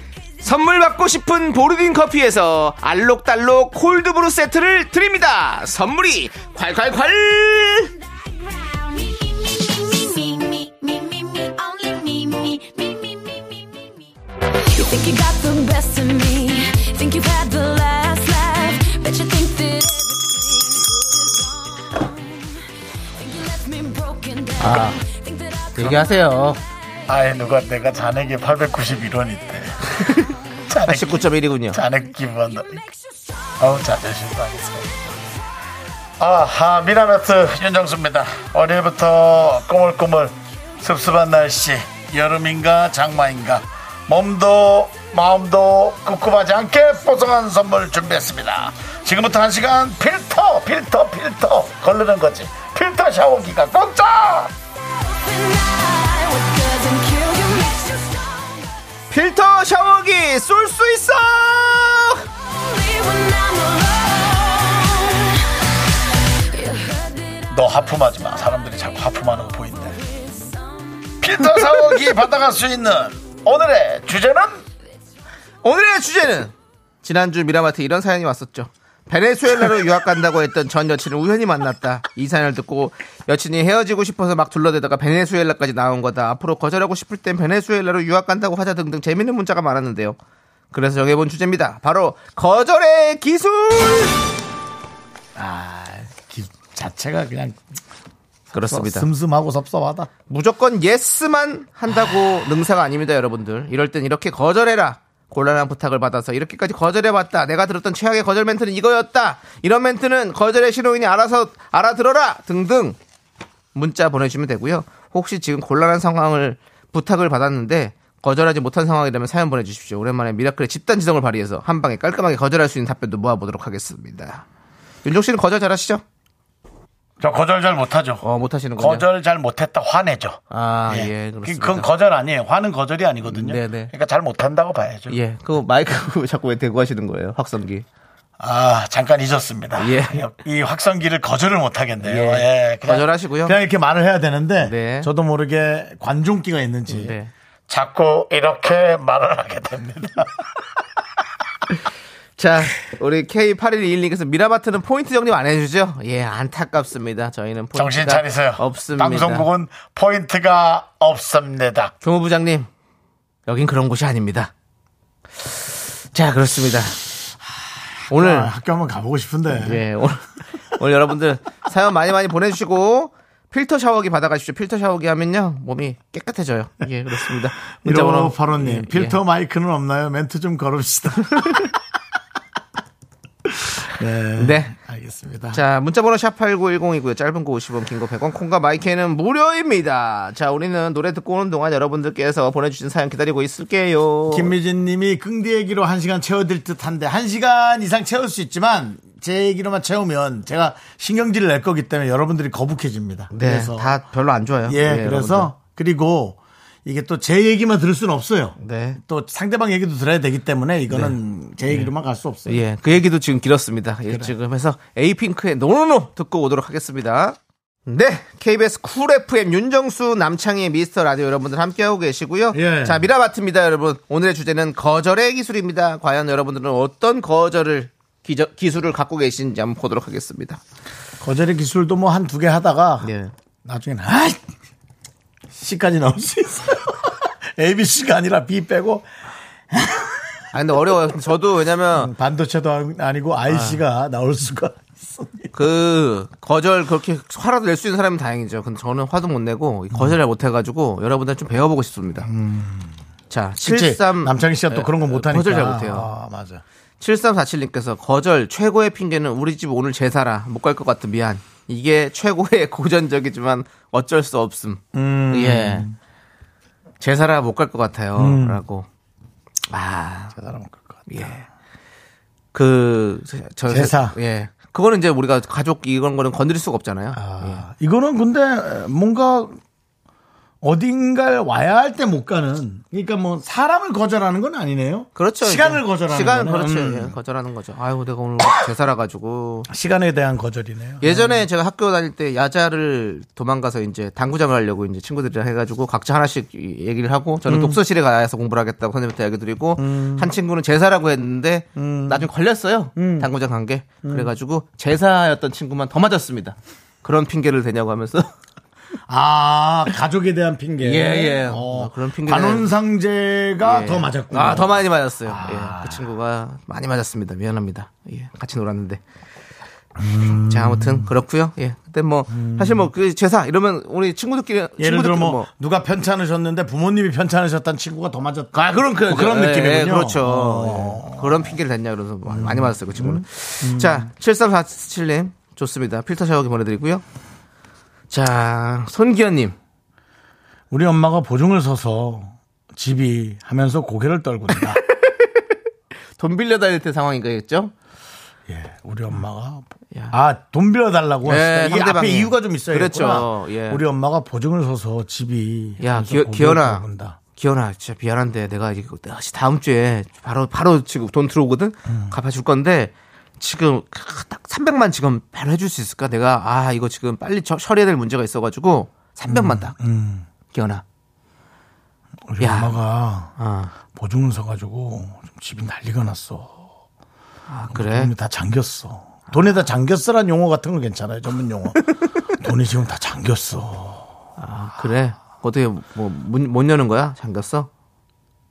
Speaker 4: 선물 받고 싶은 보르딘 커피에서 알록달록 콜드브루 세트를 드립니다 선물이 콸콸콸
Speaker 6: You think you got the best of me. Think you've had the last laugh. Bet you think that everything good is gone. Think you left me broken down. Think that I could
Speaker 4: 얘기하세요
Speaker 3: 아예 누가 내가 잔액이 891원 있대. 잔액,
Speaker 4: 89.1이군요
Speaker 3: 잔액 기부한다.
Speaker 6: make you strong.
Speaker 3: 아우 자존심도 안 있어. 아하 미라마트 윤정수입니다. 어릴부터 꼬물꼬물 습습한 날씨 여름인가 장마인가 몸도 마음도 꿉꿉하지 않게 뽀송한 선물 준비했습니다. 지금부터 한 시간 필터 필터 필터 걸르는 거지 필터 샤워기가 공짜.
Speaker 6: Tonight, what doesn't kill you makes you strong.
Speaker 4: 필터 샤워기 쏠 수 있어
Speaker 6: Only when I'm alone. You heard that
Speaker 3: 너 하품하지 마. 사람들이 자꾸 하품하는 거 보인대.
Speaker 6: I did something.
Speaker 3: 필터 샤워기 받아갈 수 있는 오늘의 주제는
Speaker 4: 오늘의 주제는 지난주 미라마트 이런 사연이 왔었죠. 베네수엘라로 유학 간다고 했던 전 여친을 우연히 만났다. 이 사연을 듣고 여친이 헤어지고 싶어서 막 둘러대다가 베네수엘라까지 나온 거다. 앞으로 거절하고 싶을 땐 베네수엘라로 유학 간다고 하자 등등 재밌는 문자가 많았는데요. 그래서 정해본 주제입니다. 바로 거절의 기술.
Speaker 3: 자체가 그냥
Speaker 4: 그렇습니다.
Speaker 3: 슴슴하고 섭섭하다.
Speaker 4: 무조건 예스만 한다고 능사가 아닙니다, 여러분들. 이럴 땐 이렇게 거절해라. 곤란한 부탁을 받아서 이렇게까지 거절해봤다. 내가 들었던 최악의 거절 멘트는 이거였다. 이런 멘트는 거절의 신호인이 알아서 알아들어라 등등 문자 보내주시면 되고요. 혹시 지금 곤란한 상황을 부탁을 받았는데 거절하지 못한 상황이라면 사연 보내주십시오. 오랜만에 미라클의 집단 지성을 발휘해서 한 방에 깔끔하게 거절할 수 있는 답변도 모아보도록 하겠습니다. 윤종 씨는 거절 잘하시죠?
Speaker 3: 저 거절 잘 못하죠.
Speaker 4: 어 못하시는군요.
Speaker 3: 거절 잘 못했다 화내죠.
Speaker 4: 아 예, 그렇습니다.
Speaker 3: 그건 거절 아니에요. 화는 거절이 아니거든요.
Speaker 4: 네네.
Speaker 3: 그러니까 잘 못한다고 봐야죠.
Speaker 4: 예, 그 마이크 자꾸 왜 대고 하시는 거예요, 확성기?
Speaker 3: 아 잠깐 잊었습니다.
Speaker 4: 예.
Speaker 3: 이 확성기를 거절을 못하겠네요.
Speaker 4: 예.
Speaker 3: 예, 그냥,
Speaker 4: 거절하시고요.
Speaker 3: 그냥 이렇게 말을 해야 되는데
Speaker 4: 네.
Speaker 3: 저도 모르게 관종기가 있는지
Speaker 4: 네.
Speaker 3: 자꾸 이렇게 말을 하게 됩니다.
Speaker 4: 자, 우리 K8121님께서 미라마트는 포인트 정리 안 해주죠? 예, 안타깝습니다. 저희는 포인트
Speaker 3: 정신 차리세요.
Speaker 4: 없습니다.
Speaker 3: 방송국은 포인트가 없습니다.
Speaker 4: 교무부장님, 여긴 그런 곳이 아닙니다. 자, 그렇습니다. 오늘
Speaker 3: 학교 한번 가보고 싶은데.
Speaker 4: 예, 오늘, 오늘 여러분들 사연 많이 많이 보내주시고 필터 샤워기 받아가십시오. 필터 샤워기 하면요 몸이 깨끗해져요. 예, 그렇습니다. 문자 번호-
Speaker 3: 1585님,
Speaker 4: 예, 예.
Speaker 3: 필터 마이크는 없나요? 멘트 좀 걸읍시다. 네.
Speaker 4: 네.
Speaker 3: 알겠습니다.
Speaker 4: 자, 문자번호 샵8910이고요. 짧은 거 50원, 긴 거 100원, 콩과 마이크는 무료입니다. 자, 우리는 노래 듣고 오는 동안 여러분들께서 보내주신 사연 기다리고 있을게요.
Speaker 3: 김미진 님이 끙디 얘기로 한시간 채워질 듯 한데, 한시간 이상 채울 수 있지만, 제 얘기로만 채우면 제가 신경질을 낼 거기 때문에 여러분들이 거북해집니다.
Speaker 4: 네, 다 별로 안 좋아요.
Speaker 3: 예,
Speaker 4: 네,
Speaker 3: 그래서,
Speaker 4: 여러분들.
Speaker 3: 그리고 이게 또 제 얘기만 들을 수는 없어요.
Speaker 4: 네.
Speaker 3: 또 상대방 얘기도 들어야 되기 때문에 이거는 제 얘기로만 갈 수 없어요.
Speaker 4: 예, 그 얘기도 지금 길었습니다. 예, 지금 해서 에이핑크의 노노노 듣고 오도록 하겠습니다. 네, KBS 쿨 FM 윤정수 남창희의 미스터 라디오 여러분들 함께하고 계시고요.
Speaker 3: 예.
Speaker 4: 자, 미라마트입니다, 여러분. 오늘의 주제는 거절의 기술입니다. 과연 여러분들은 어떤 거절을 기저- 기술을 갖고 계신지 한번 보도록 하겠습니다. 네.
Speaker 3: 거절의 기술도 뭐 한 두 개 하다가,
Speaker 4: 예.
Speaker 3: 나중에는 아 C까지 나올 수 있어요. ABC가 아니라 B 빼고
Speaker 4: 아 근데 어려워요. 저도 왜냐면
Speaker 3: 반도체도 아니고 IC가 나올 수가 있습니다.
Speaker 4: 그 거절 그렇게 화라도 낼 수 있는 사람이 다행이죠. 근데 저는 화도 못 내고 거절을 못 해가지고 여러분들 좀 배워보고 싶습니다. 자, 73
Speaker 3: 남창희 씨가 또 그런 거
Speaker 4: 예,
Speaker 3: 못하니까
Speaker 4: 거절 잘 못해요.
Speaker 3: 아, 맞아.
Speaker 4: 7347님께서 거절 최고의 핑계는 우리 집 오늘 제사라 못 갈 것 같은 미안. 이게 최고의 고전적이지만 어쩔 수 없음. 예. 제사라 못 갈 것
Speaker 3: 음.
Speaker 4: 같아요라고. 아,
Speaker 3: 대단한 것 같아.
Speaker 4: 예. 그, 저,
Speaker 3: 제사.
Speaker 4: 예. 그거는 이제 우리가 예. 가족 이런 거는 건드릴 수가 없잖아요.
Speaker 3: 아, 이거는 근데 뭔가 어딘가를 와야 할 때 못 가는 그러니까 뭐 사람을 거절하는 건 아니네요.
Speaker 4: 그렇죠.
Speaker 3: 시간을
Speaker 4: 이제.
Speaker 3: 거절하는
Speaker 4: 시간을
Speaker 3: 거네요.
Speaker 4: 그렇죠.
Speaker 3: 음.
Speaker 4: 예, 거절하는 거죠. 아이고 내가 오늘 제살아가지고
Speaker 3: 시간에 대한 거절이네요.
Speaker 4: 예전에 제가 학교 다닐 때 야자를 도망가서 이제 당구장을 하려고 이제 친구들이랑 해가지고 각자 하나씩 이- 얘기를 하고 저는
Speaker 3: 음.
Speaker 4: 독서실에 가서 공부를 하겠다고 선생님한테 얘기 드리고 한 친구는 제사라고 했는데
Speaker 3: 음.
Speaker 4: 나중에 걸렸어요. 당구장 간 게. 그래가지고 제사였던 친구만 더 맞았습니다. 그런 핑계를 대냐고 하면서
Speaker 3: 아 가족에 대한 핑계.
Speaker 4: 예, 예.
Speaker 3: 어,
Speaker 4: 그런 핑계는-
Speaker 3: 관혼상제가 더 맞았구나.
Speaker 4: 아, 더 많이 맞았어요. 예, 그 친구가 많이 맞았습니다. 미안합니다. 예, 같이 놀았는데. 자, 아무튼 그렇고요. 예. 그때 뭐 사실 뭐 그 제사 이러면 우리 친구들끼리
Speaker 3: 예를 들어
Speaker 4: 친구들끼리
Speaker 3: 뭐, 누가 편찮으셨는데 부모님이 편찮으셨다는 친구가 더 맞았. 뭐
Speaker 4: 아, 그런 그,
Speaker 3: 그런
Speaker 4: 예,
Speaker 3: 느낌이군요.
Speaker 4: 예, 그렇죠.
Speaker 3: 어.
Speaker 4: 예. 그런 핑계를 댔냐 그래서 마- 많이 맞았어요, 그 친구는. 자, 7347님 좋습니다. 필터 샤워기 보내 드리고요. 자, 손기현 님.
Speaker 3: 우리 엄마가 보증을 서서 집이 하면서 고개를 떨군다.
Speaker 4: 네. 돈 빌려 다닐 때 상황인가겠죠?
Speaker 3: 예, 우리 엄마가
Speaker 4: 야.
Speaker 3: 아 돈 빌려달라고
Speaker 4: 예,
Speaker 3: 하시다. 이게
Speaker 4: 상대방이.
Speaker 3: 앞에 이유가 좀 있어야
Speaker 4: 그렇죠.
Speaker 3: 겠구나
Speaker 4: 예.
Speaker 3: 우리 엄마가 보증을 서서 집이
Speaker 4: 야,
Speaker 3: 하면서
Speaker 4: 기,
Speaker 3: 고개를
Speaker 4: 기현아.
Speaker 3: 떨군다.
Speaker 4: 기현아, 진짜 미안한데 내가 이거 다시 다음 주에 바로 바로 지금 돈 들어오거든.
Speaker 3: 음.
Speaker 4: 갚아줄 건데 지금 딱 300만 지금 바로 해줄 수 있을까? 내가 아 이거 지금 빨리 처, 처리해야 될 문제가 있어가지고 300만
Speaker 3: 음,
Speaker 4: 딱. 기현아.
Speaker 3: 우리
Speaker 4: 야.
Speaker 3: 엄마가
Speaker 4: 아,
Speaker 3: 보증을 서가지고 좀 집이 난리가 났어.
Speaker 4: 아, 그래.
Speaker 3: 돈이 다 잠겼어. 돈에 다 잠겼어란 용어 같은 건 괜찮아요. 전문 용어. 돈이 지금 다 잠겼어.
Speaker 4: 아, 그래. 어떻게 뭐못 여는 거야? 잠겼어?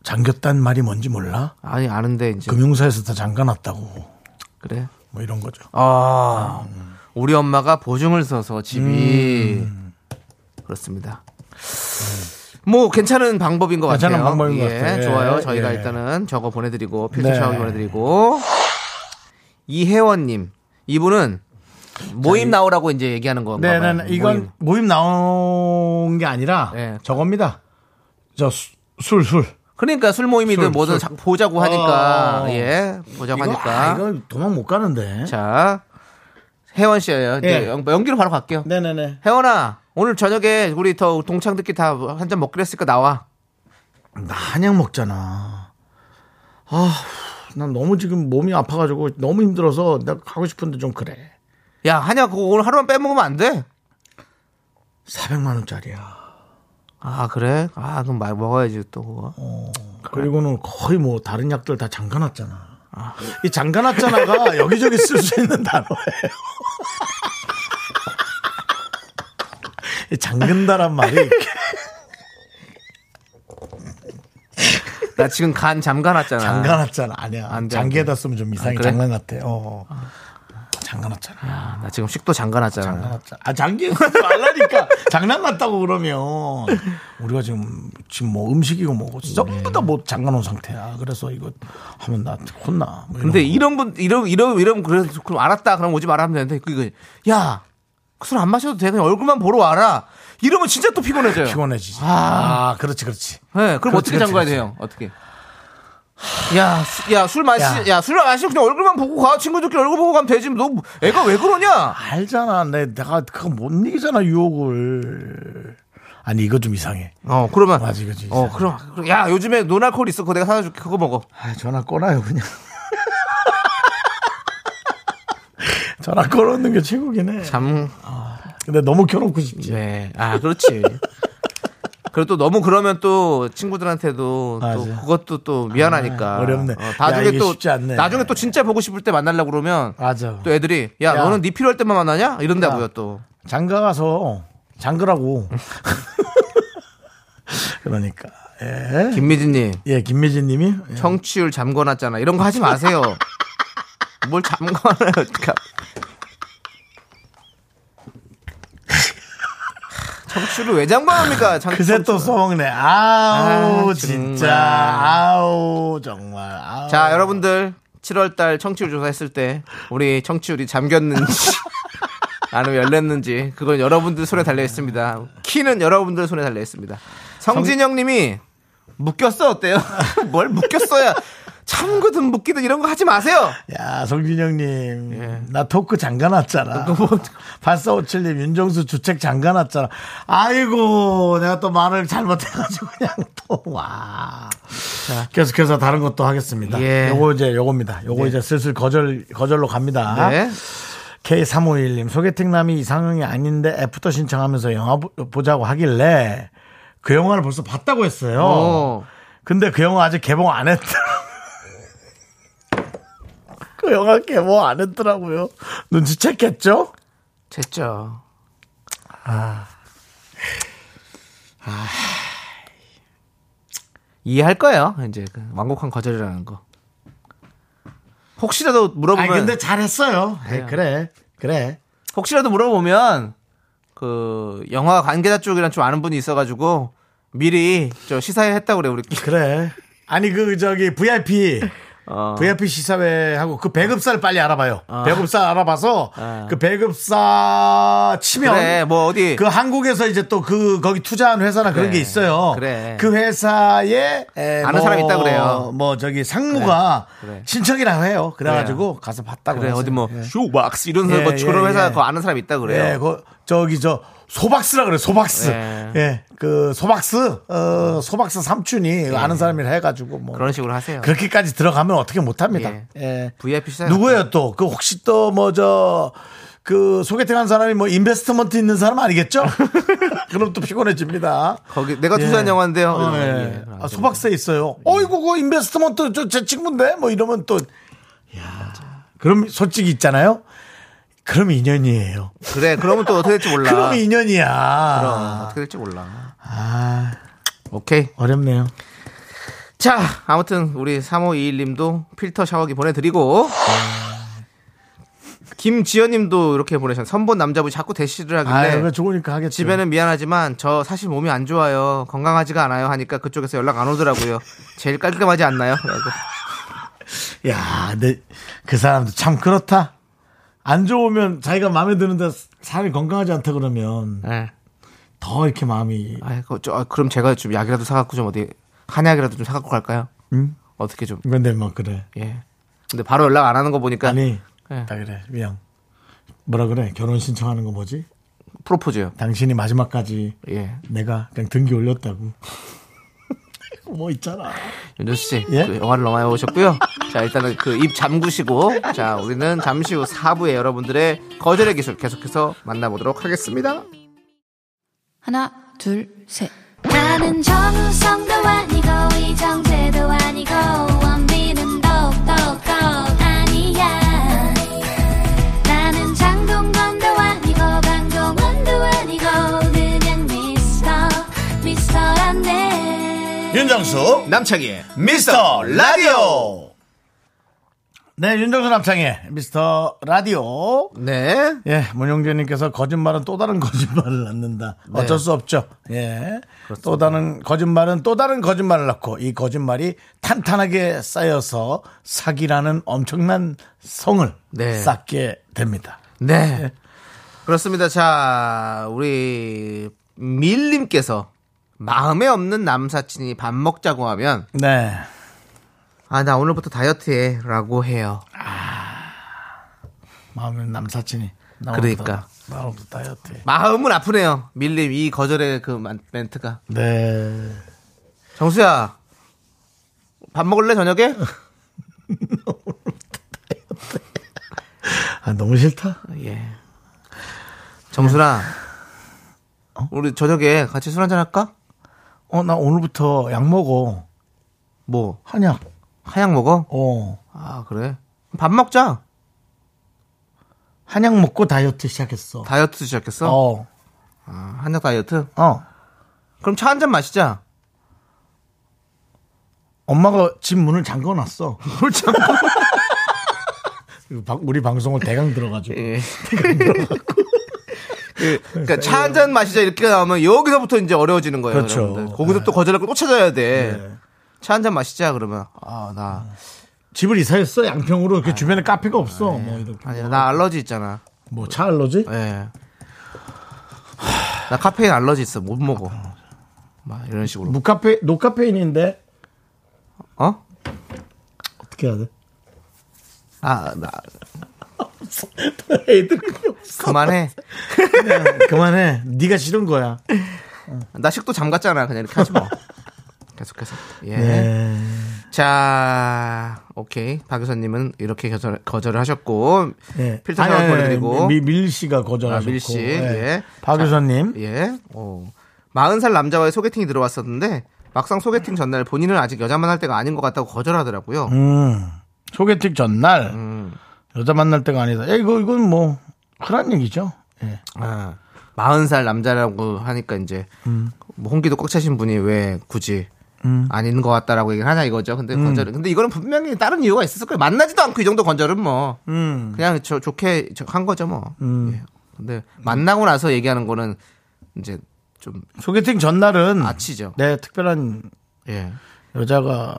Speaker 3: 잠겼단 말이 뭔지 몰라?
Speaker 4: 아니 아는데 이제
Speaker 3: 금융사에서 다 잠가놨다고.
Speaker 4: 그래.
Speaker 3: 뭐 이런 거죠.
Speaker 4: 아, 우리 엄마가 보증을 서서 집이
Speaker 3: 음.
Speaker 4: 그렇습니다. 뭐 괜찮은 방법인 것
Speaker 3: 괜찮은
Speaker 4: 같아요.
Speaker 3: 방법인 것 같아요. 예,
Speaker 4: 좋아요. 저희가
Speaker 3: 예.
Speaker 4: 일단은 저거 보내드리고 필터
Speaker 3: 네.
Speaker 4: 샤워기 보내드리고 이혜원님 이분은 모임 나오라고 이제 얘기하는 건가 봐요.
Speaker 3: 네네 이건 모임,
Speaker 4: 모임.
Speaker 3: 나온 게 아니라
Speaker 4: 네.
Speaker 3: 저겁니다. 저 술 술.
Speaker 4: 그러니까 술 모임이든
Speaker 3: 술,
Speaker 4: 뭐든
Speaker 3: 술.
Speaker 4: 자- 보자고 하니까
Speaker 3: 어.
Speaker 4: 예 보자고
Speaker 3: 이거,
Speaker 4: 하니까
Speaker 3: 아, 이거 도망 못 가는데.
Speaker 4: 자 혜원 씨예요. 이제
Speaker 3: 예.
Speaker 4: 연- 연기로 바로 갈게요.
Speaker 3: 네네네.
Speaker 4: 혜원아 오늘 저녁에 우리 더 동창들끼리 다 한 잔 먹기로 했으니까 나와
Speaker 3: 나 한약 먹잖아. 아, 난 너무 지금 몸이 아파가지고 너무 힘들어서 내가 가고 싶은데 좀 그래.
Speaker 4: 야 한야 그거 오늘 하루만 빼먹으면 안돼아
Speaker 3: 400만 원짜리야.
Speaker 4: 그래 아 그럼 말 먹어야지 또 그거
Speaker 3: 그리고는 거의 뭐 다른 약들 다 잠가놨잖아. 이 잠가놨잖아가 여기저기 쓸 수 있는 단어예요. 이 잠근다란 말이
Speaker 4: 나 지금 간 잠가놨잖아
Speaker 3: 잠가놨잖아. 아니야.
Speaker 4: 안 돼, 안
Speaker 3: 장기에다 쓰면 좀 이상해.
Speaker 4: 그래?
Speaker 3: 장난 같아. 어. 장가놨잖아.
Speaker 4: 아, 나 지금 식도 잠가놨잖아
Speaker 3: 장가놨잖아. 아, 장기에 쓰지 말라니까. 장난 같다고 그러면. 우리가 지금, 지금 뭐 음식이고 뭐고
Speaker 4: 네.
Speaker 3: 전부 다뭐 장가놓은 상태야. 그래서 이거 하면 나 혼나. 뭐 이런
Speaker 4: 근데
Speaker 3: 거.
Speaker 4: 이런 분 이런 이런 이런 그래서 그럼 알았다 그럼 오지 말아 하면 되는데 그거 야그 술 안 마셔도 돼 그냥 얼굴만 보러 와라 이러면 진짜 또 피곤해져요
Speaker 3: 피곤해지지.
Speaker 4: 아.
Speaker 3: 아, 그렇지, 그렇지.
Speaker 4: 네, 그럼
Speaker 3: 그렇지,
Speaker 4: 어떻게
Speaker 3: 그렇지,
Speaker 4: 잠가야
Speaker 3: 그렇지.
Speaker 4: 돼요 어떻게 야야술 마시 야술 마시고 그냥 얼굴만 보고 가 친구들끼리 얼굴 보고 가면 되지 뭐, 너 애가 왜 그러냐
Speaker 3: 알잖아. 내, 내가 그거 못 이기잖아, 유혹을. 아니, 이거 좀 이상해.
Speaker 4: 어, 그러면.
Speaker 3: 맞아, 이거지.
Speaker 4: 어, 그럼. 그럼 야, 요즘에 노날콜 있어. 그거 내가 사줄게. 그거 먹어.
Speaker 3: 아, 전화 꺼놔요, 그냥. 전화 꺼놓는 게 최고긴 해.
Speaker 4: 잠.
Speaker 3: 근데 너무 켜놓고 싶지.
Speaker 4: 네. 아, 그렇지. 그리고 또 너무 그러면 또 친구들한테도 또
Speaker 3: 맞아.
Speaker 4: 그것도 또 미안하니까.
Speaker 3: 아, 어렵네. 야,
Speaker 4: 나중에
Speaker 3: 이게
Speaker 4: 또
Speaker 3: 쉽지 않네.
Speaker 4: 나중에 또 진짜 보고 싶을 때 만나려고 그러면
Speaker 3: 맞아.
Speaker 4: 또 애들이 야,
Speaker 3: 야.
Speaker 4: 너는 네 필요할 때만 만나냐? 이런다고요, 또.
Speaker 3: 장가 가서 장그라고. 그러니까. 예.
Speaker 4: 김미진 님.
Speaker 3: 예, 김미진 님이.
Speaker 4: 청취율 잠궈놨잖아. 이런 거 하지 마세요. 뭘 잠궈놔요. 그러니까. 청취율을 왜 잠궈합니까? 장-
Speaker 3: 그새 또
Speaker 4: 청취율.
Speaker 3: 써먹네. 아우,
Speaker 4: 아, 정말.
Speaker 3: 진짜. 아우, 정말. 아우.
Speaker 4: 자, 여러분들 7월달 청취율 조사했을 때 우리 청취율이 잠겼는지 아니면 열렸는지 그건 여러분들 손에 달려 있습니다. 키는 여러분들 손에 달려 있습니다. 성진영님이 묶였어 어때요? 뭘 묶였어야 참 탐구든 묻기든 이런 거 하지 마세요.
Speaker 3: 야, 성진영님.
Speaker 4: 예.
Speaker 3: 나 토크
Speaker 4: 어,
Speaker 3: 잠가놨잖아.
Speaker 4: 뭐
Speaker 3: 8457님, 윤정수 주책 잠가놨잖아. 아이고, 내가 또 말을 잘못해가지고 그냥 또, 와. 계속해서 다른 것도 하겠습니다.
Speaker 4: 예.
Speaker 3: 요거 이제 요겁니다. 요거 이제 슬슬 거절, 거절로 갑니다.
Speaker 4: 네.
Speaker 3: K351님, 소개팅남이 이상형이 아닌데 애프터 신청하면서 영화 보- 보자고 하길래 그 영화를 벌써 봤다고 했어요.
Speaker 4: 어.
Speaker 3: 근데 그 영화 아직 개봉 안 했더라. 그 영화 개봉 안 했더라고요. 눈치챘겠죠? 아.
Speaker 4: 됐죠. 아. 이해할 거예요. 이제 그 완곡한 거절이라는 거. 혹시라도
Speaker 3: 아니,
Speaker 4: 물어보면
Speaker 3: 근데 잘했어요. 에이, 그래, 그래.
Speaker 4: 혹시라도 물어보면 그 영화 관계자 쪽이랑 좀 아는 분이 있어가지고 미리 저 시사회 했다고 그래 우리끼리.
Speaker 3: 그래. 아니, 그, 저기, VIP.
Speaker 4: 어.
Speaker 3: VIP 시사회하고 그 배급사를 빨리 알아봐요.
Speaker 4: 아.
Speaker 3: 배급사 알아봐서
Speaker 4: 아.
Speaker 3: 그 배급사 치면
Speaker 4: 그래 뭐 어디
Speaker 3: 그 한국에서 이제 또 그 거기 투자한 회사나 그런
Speaker 4: 그래,
Speaker 3: 게 있어요.
Speaker 4: 네. 그래. 예,
Speaker 3: 그 회사에 에,
Speaker 4: 아는 사람이 있다 그래요.
Speaker 3: 뭐 저기 상무가
Speaker 4: 그래, 그래.
Speaker 3: 신청이라고 해요. 그래가지고 가서 봤다고.
Speaker 4: 그래
Speaker 3: 해서.
Speaker 4: 어디 뭐
Speaker 3: 예.
Speaker 4: 쇼박스 이런
Speaker 3: 예,
Speaker 4: 거
Speaker 3: 예,
Speaker 4: 그런 회사
Speaker 3: 예.
Speaker 4: 그 아는 사람 있다 그래요.
Speaker 3: 예, 그 저기 저 소박스라 그래 소박스.
Speaker 4: 예.
Speaker 3: 예, 그 소박스 어 소박스 삼촌이 아는 사람이라 해가지고 뭐
Speaker 4: 예. 그런 식으로 하세요.
Speaker 3: 그렇게까지 들어가면 어떻게 못합니다.
Speaker 4: 예.
Speaker 3: 예.
Speaker 4: VIP 시장
Speaker 3: 누구예요 또? 그 혹시 또 뭐 저, 그 소개팅한 사람이 뭐 인베스트먼트 있는 사람 아니겠죠? 그럼 또 피곤해집니다.
Speaker 4: 거기 내가 투자한
Speaker 3: 예.
Speaker 4: 영화인데요.
Speaker 3: 어, 예.
Speaker 4: 예.
Speaker 3: 아, 소박사에 있어요. 어이구, 그 인베스트먼트 저 제 친구인데? 뭐 이러면 또. 야 그럼 솔직히 있잖아요? 그럼 인연이에요.
Speaker 4: 그래 그러면 또 어떻게 될지 몰라.
Speaker 3: 그럼 인연이야.
Speaker 4: 그럼 어떻게 될지 몰라.
Speaker 3: 아.
Speaker 4: 오케이.
Speaker 3: 어렵네요.
Speaker 4: 자, 아무튼 우리 3521님도 필터 샤워기 보내드리고 김지연님도 이렇게 보내셨. 선본 남자분이 자꾸 대시를
Speaker 3: 아,
Speaker 4: 하길래
Speaker 3: 이거 좋으니까 하겠죠.
Speaker 4: 예. 집에는 미안하지만 저 사실 몸이 안 좋아요. 건강하지가 않아요. 하니까 그쪽에서 연락 안 오더라고요. 제일 깔끔하지 않나요? 라고.
Speaker 3: 야, 근데 그 사람도 참 그렇다. 안 좋으면 자기가 마음에 드는데 사람이 건강하지 않다 그러면
Speaker 4: 예.
Speaker 3: 더 이렇게 마음이
Speaker 4: 아이고, 저, 아, 그럼 제가 좀 약이라도 사갖고 좀 어디 한약이라도 좀 사갖고 갈까요?
Speaker 3: 응?
Speaker 4: 어떻게 좀
Speaker 3: 근데 막 그래.
Speaker 4: 예. 근데 바로 연락 안 하는 거 보니까
Speaker 3: 아니,
Speaker 4: 예.
Speaker 3: 나 그래. 미안. 뭐라 그래? 결혼 신청하는 거 뭐지?
Speaker 4: 프로포즈요.
Speaker 3: 당신이 마지막까지
Speaker 4: 예.
Speaker 3: 내가 그냥 등기 올렸다고. 뭐 있잖아.
Speaker 4: 윤정수 씨,
Speaker 3: 예?
Speaker 4: 그 영화를 너무 많이 보셨고요. 자, 일단은 그 입 잠그시고, 자, 우리는 잠시 후 4부에 여러분들의 거절의 기술 계속해서 만나보도록 하겠습니다.
Speaker 8: 하나, 둘, 셋.
Speaker 6: 나는 정우성도 아니고 이정재도 아니고 원빈은 더욱더 아니야 나는 장동건도 아니고 강동원도 아니고 그냥 미스터 미스터란데
Speaker 3: 윤정수
Speaker 4: 남창희의
Speaker 3: 어? 미스터 라디오. 네, 윤정수 남창의 미스터 라디오.
Speaker 4: 네.
Speaker 3: 예, 문용재님께서 거짓말은 또 다른 거짓말을 낳는다.
Speaker 4: 네.
Speaker 3: 어쩔 수 없죠. 예. 또 다른 거짓말은 또 다른 거짓말을 낳고 이 거짓말이 탄탄하게 쌓여서 사기라는 엄청난 성을
Speaker 4: 네.
Speaker 3: 쌓게 됩니다.
Speaker 4: 네. 그렇습니다. 자, 우리 밀님께서 마음에 없는 남사친이 밥 먹자고 하면,
Speaker 3: 네.
Speaker 4: 아, 나 오늘부터 다이어트해. 라고 해요.
Speaker 3: 마음의 남사친이. 나
Speaker 4: 그러니까.
Speaker 3: 오늘부터- 나 오늘부터 다이어트. 해.
Speaker 4: 마음은 아프네요. 밀님, 이 거절의 그 만- 멘트가.
Speaker 3: 네.
Speaker 4: 정수야, 밥 먹을래, 저녁에?
Speaker 3: 아, 너무 싫다.
Speaker 4: 예. 정순아, 우리 저녁에 같이 술 한잔 할까?
Speaker 3: 어, 나 오늘부터 약 먹어.
Speaker 4: 뭐
Speaker 3: 한약.
Speaker 4: 한약 먹어?
Speaker 3: 어.
Speaker 4: 아 그래? 밥 먹자.
Speaker 3: 한약 먹고 다이어트 시작했어.
Speaker 4: 다이어트 시작했어.
Speaker 3: 어.
Speaker 4: 아, 한약 다이어트.
Speaker 3: 어.
Speaker 4: 그럼 차 한 잔 마시자.
Speaker 3: 엄마가 집 문을 잠궈 놨어. 뭘 잠궈? 우리 방송을 대강 들어가지고.
Speaker 4: 예. 그, 그러니까 차 한 잔 마시자 이렇게 나오면 여기서부터 이제 어려워지는 거예요.
Speaker 3: 그렇죠.
Speaker 4: 여러분들. 거기서 또 거절하고 또 찾아야 돼. 차 한 잔 마시자 그러면 아나
Speaker 3: 집을 이사했어 양평으로 이렇게 주변에 카페가 없어. 뭐 이렇게
Speaker 4: 아니 나 알러지 있잖아.
Speaker 3: 뭐차 알러지?
Speaker 4: 예. 나 카페인 알러지 있어 못 먹어.
Speaker 3: 아, 뭐?
Speaker 4: 막 이런 식으로.
Speaker 3: 무카페 노카페인인데
Speaker 4: 어?
Speaker 3: 어떻게 해야 돼?
Speaker 4: 아, 나,
Speaker 3: 애들 그냥
Speaker 4: 그만해.
Speaker 3: 그만해. 네가 싫은 거야.
Speaker 4: 나 식도 잠 갔잖아. 그냥 이렇게 하지 뭐. 계속해서. 예.
Speaker 3: 예.
Speaker 4: 자, 오케이. 박 교사님은 이렇게 거절, 거절을 하셨고,
Speaker 3: 예.
Speaker 4: 필터
Speaker 3: 아니, 아니,
Speaker 4: 상황
Speaker 3: 아니,
Speaker 4: 보내드리고,
Speaker 3: 미, 밀 씨가
Speaker 4: 아,
Speaker 3: 거절하셨고. 네.
Speaker 4: 밀 씨, 예.
Speaker 3: 박
Speaker 4: 자,
Speaker 3: 교사님.
Speaker 4: 예. 어. 40살 남자와의 소개팅이 들어왔었는데, 막상 소개팅 전날 본인은 아직 여자 만날 때가 아닌 것 같다고 거절하더라고요.
Speaker 3: 음. 소개팅 전날 여자 만날 때가 아니다. 야, 이거 이건 뭐 흔한 얘기죠. 예.
Speaker 4: 아, 40살 남자라고 하니까 이제,
Speaker 3: 음.
Speaker 4: 뭐 홍기도 꽉 차신 분이 왜 굳이, 아닌 것 같다라고 얘기를 하냐 이거죠. 근데
Speaker 3: 음.
Speaker 4: 건절은 근데 이거는 분명히 다른 이유가 있었을 거예요. 만나지도 않고 이 정도 건절은 뭐
Speaker 3: 음.
Speaker 4: 그냥 저 좋게 저- 한 거죠 뭐. 예. 근데 만나고 나서 얘기하는 거는 이제 좀
Speaker 3: 소개팅 전날은
Speaker 4: 아치죠.
Speaker 3: 네, 특별한
Speaker 4: 예. 그
Speaker 3: 여자가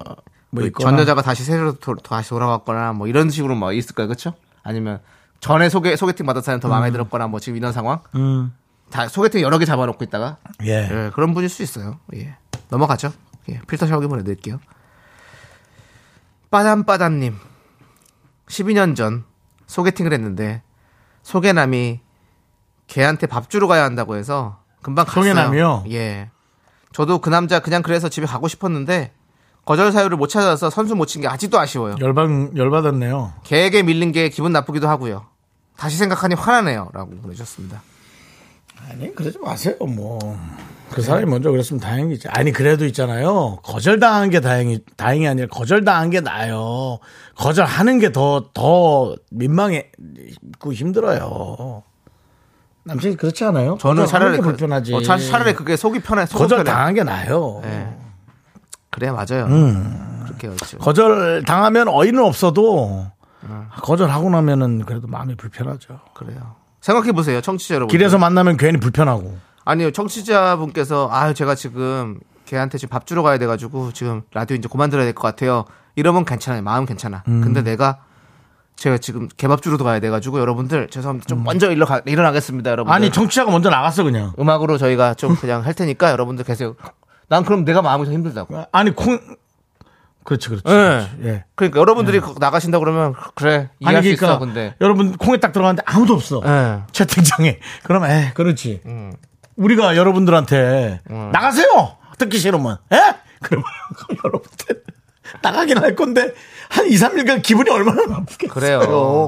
Speaker 3: 뭐 있거나
Speaker 4: 전 여자가 다시 새로 도, 다시 돌아왔거나 뭐 이런 식으로 뭐 있을 거예요, 그렇죠? 아니면 전에 소개 소개팅 받은 사람 더 마음에 들었거나 뭐 지금 이런 상황.
Speaker 3: 음.
Speaker 4: 다 소개팅 여러 개 잡아놓고 있다가
Speaker 3: 예.
Speaker 4: 예, 그런 분일 수 있어요. 예. 넘어가죠. 예, 필터 샤워기 보내드릴게요. 빠담빠담님. 12년 전 소개팅을 했는데 소개남이 걔한테 밥 주러 가야 한다고 해서 금방 갔어요.
Speaker 3: 소개남이요?
Speaker 4: 예. 저도 그 남자 그냥 그래서 집에 가고 싶었는데 거절 사유를 못 찾아서 선수 못 친 게 아직도 아쉬워요.
Speaker 3: 열받 열받았네요.
Speaker 4: 걔에게 밀린 게 기분 나쁘기도 하고요. 다시 생각하니 화나네요. 라고 보내주셨습니다.
Speaker 3: 아니 그러지 마세요 뭐 그 사람이 먼저 그랬으면 다행이지 아니 그래도 있잖아요 거절당한 게 다행이 다행이 아니라 거절당한 게 나아요 거절하는 게 더 더 민망해 그 힘들어요 남친이 그렇지 않아요
Speaker 4: 저는
Speaker 3: 거절하는
Speaker 4: 차라리
Speaker 3: 게
Speaker 4: 그-
Speaker 3: 불편하지
Speaker 4: 어, 차- 차라리 그게 속이 편해. 속은 편해.
Speaker 3: 거절당한 게 나아요
Speaker 4: 예. 그래 맞아요.
Speaker 3: 음.
Speaker 4: 그렇게 했죠.
Speaker 3: 거절당하면 어이는 없어도
Speaker 4: 음.
Speaker 3: 거절하고 나면은 그래도 마음이 불편하죠
Speaker 4: 그래요. 생각해 보세요, 청취자 여러분.
Speaker 3: 길에서 만나면 괜히 불편하고
Speaker 4: 아니요, 청취자분께서 아 제가 지금 걔한테 지금 밥 주러 가야 돼가지고 지금 라디오 이제 그만 들어야 될 것 같아요. 이러면 괜찮아요, 마음 괜찮아. 근데 내가 제가 지금 개밥 주러 가야 돼가지고 여러분들 죄송합니다. 좀 먼저 일러 가, 일어나겠습니다,
Speaker 3: 음.
Speaker 4: 여러분.
Speaker 3: 아니 정치자가 먼저 나갔어 그냥
Speaker 4: 음악으로 저희가 좀 그냥 할 테니까 여러분들 계세요. 난 그럼 내가 마음이 더 힘들다고.
Speaker 3: 아니 콩 그렇지 그렇지
Speaker 4: 예.
Speaker 3: 예.
Speaker 4: 그러니까 여러분들이 거- 나가신다 그러면 그래 이해할
Speaker 3: 아니, 그러니까
Speaker 4: 수 있어, 근데.
Speaker 3: 여러분 콩에 딱 들어갔는데 아무도 없어
Speaker 4: 예.
Speaker 3: 채팅창에 그럼 에 그렇지
Speaker 4: 음.
Speaker 3: 우리가 여러분들한테
Speaker 4: 어.
Speaker 3: 나가세요 듣기 싫으면 에 그러면 여러분들 나가긴 할 건데 한 2, 3일간 기분이 얼마나 나쁘겠어요
Speaker 4: 그래요.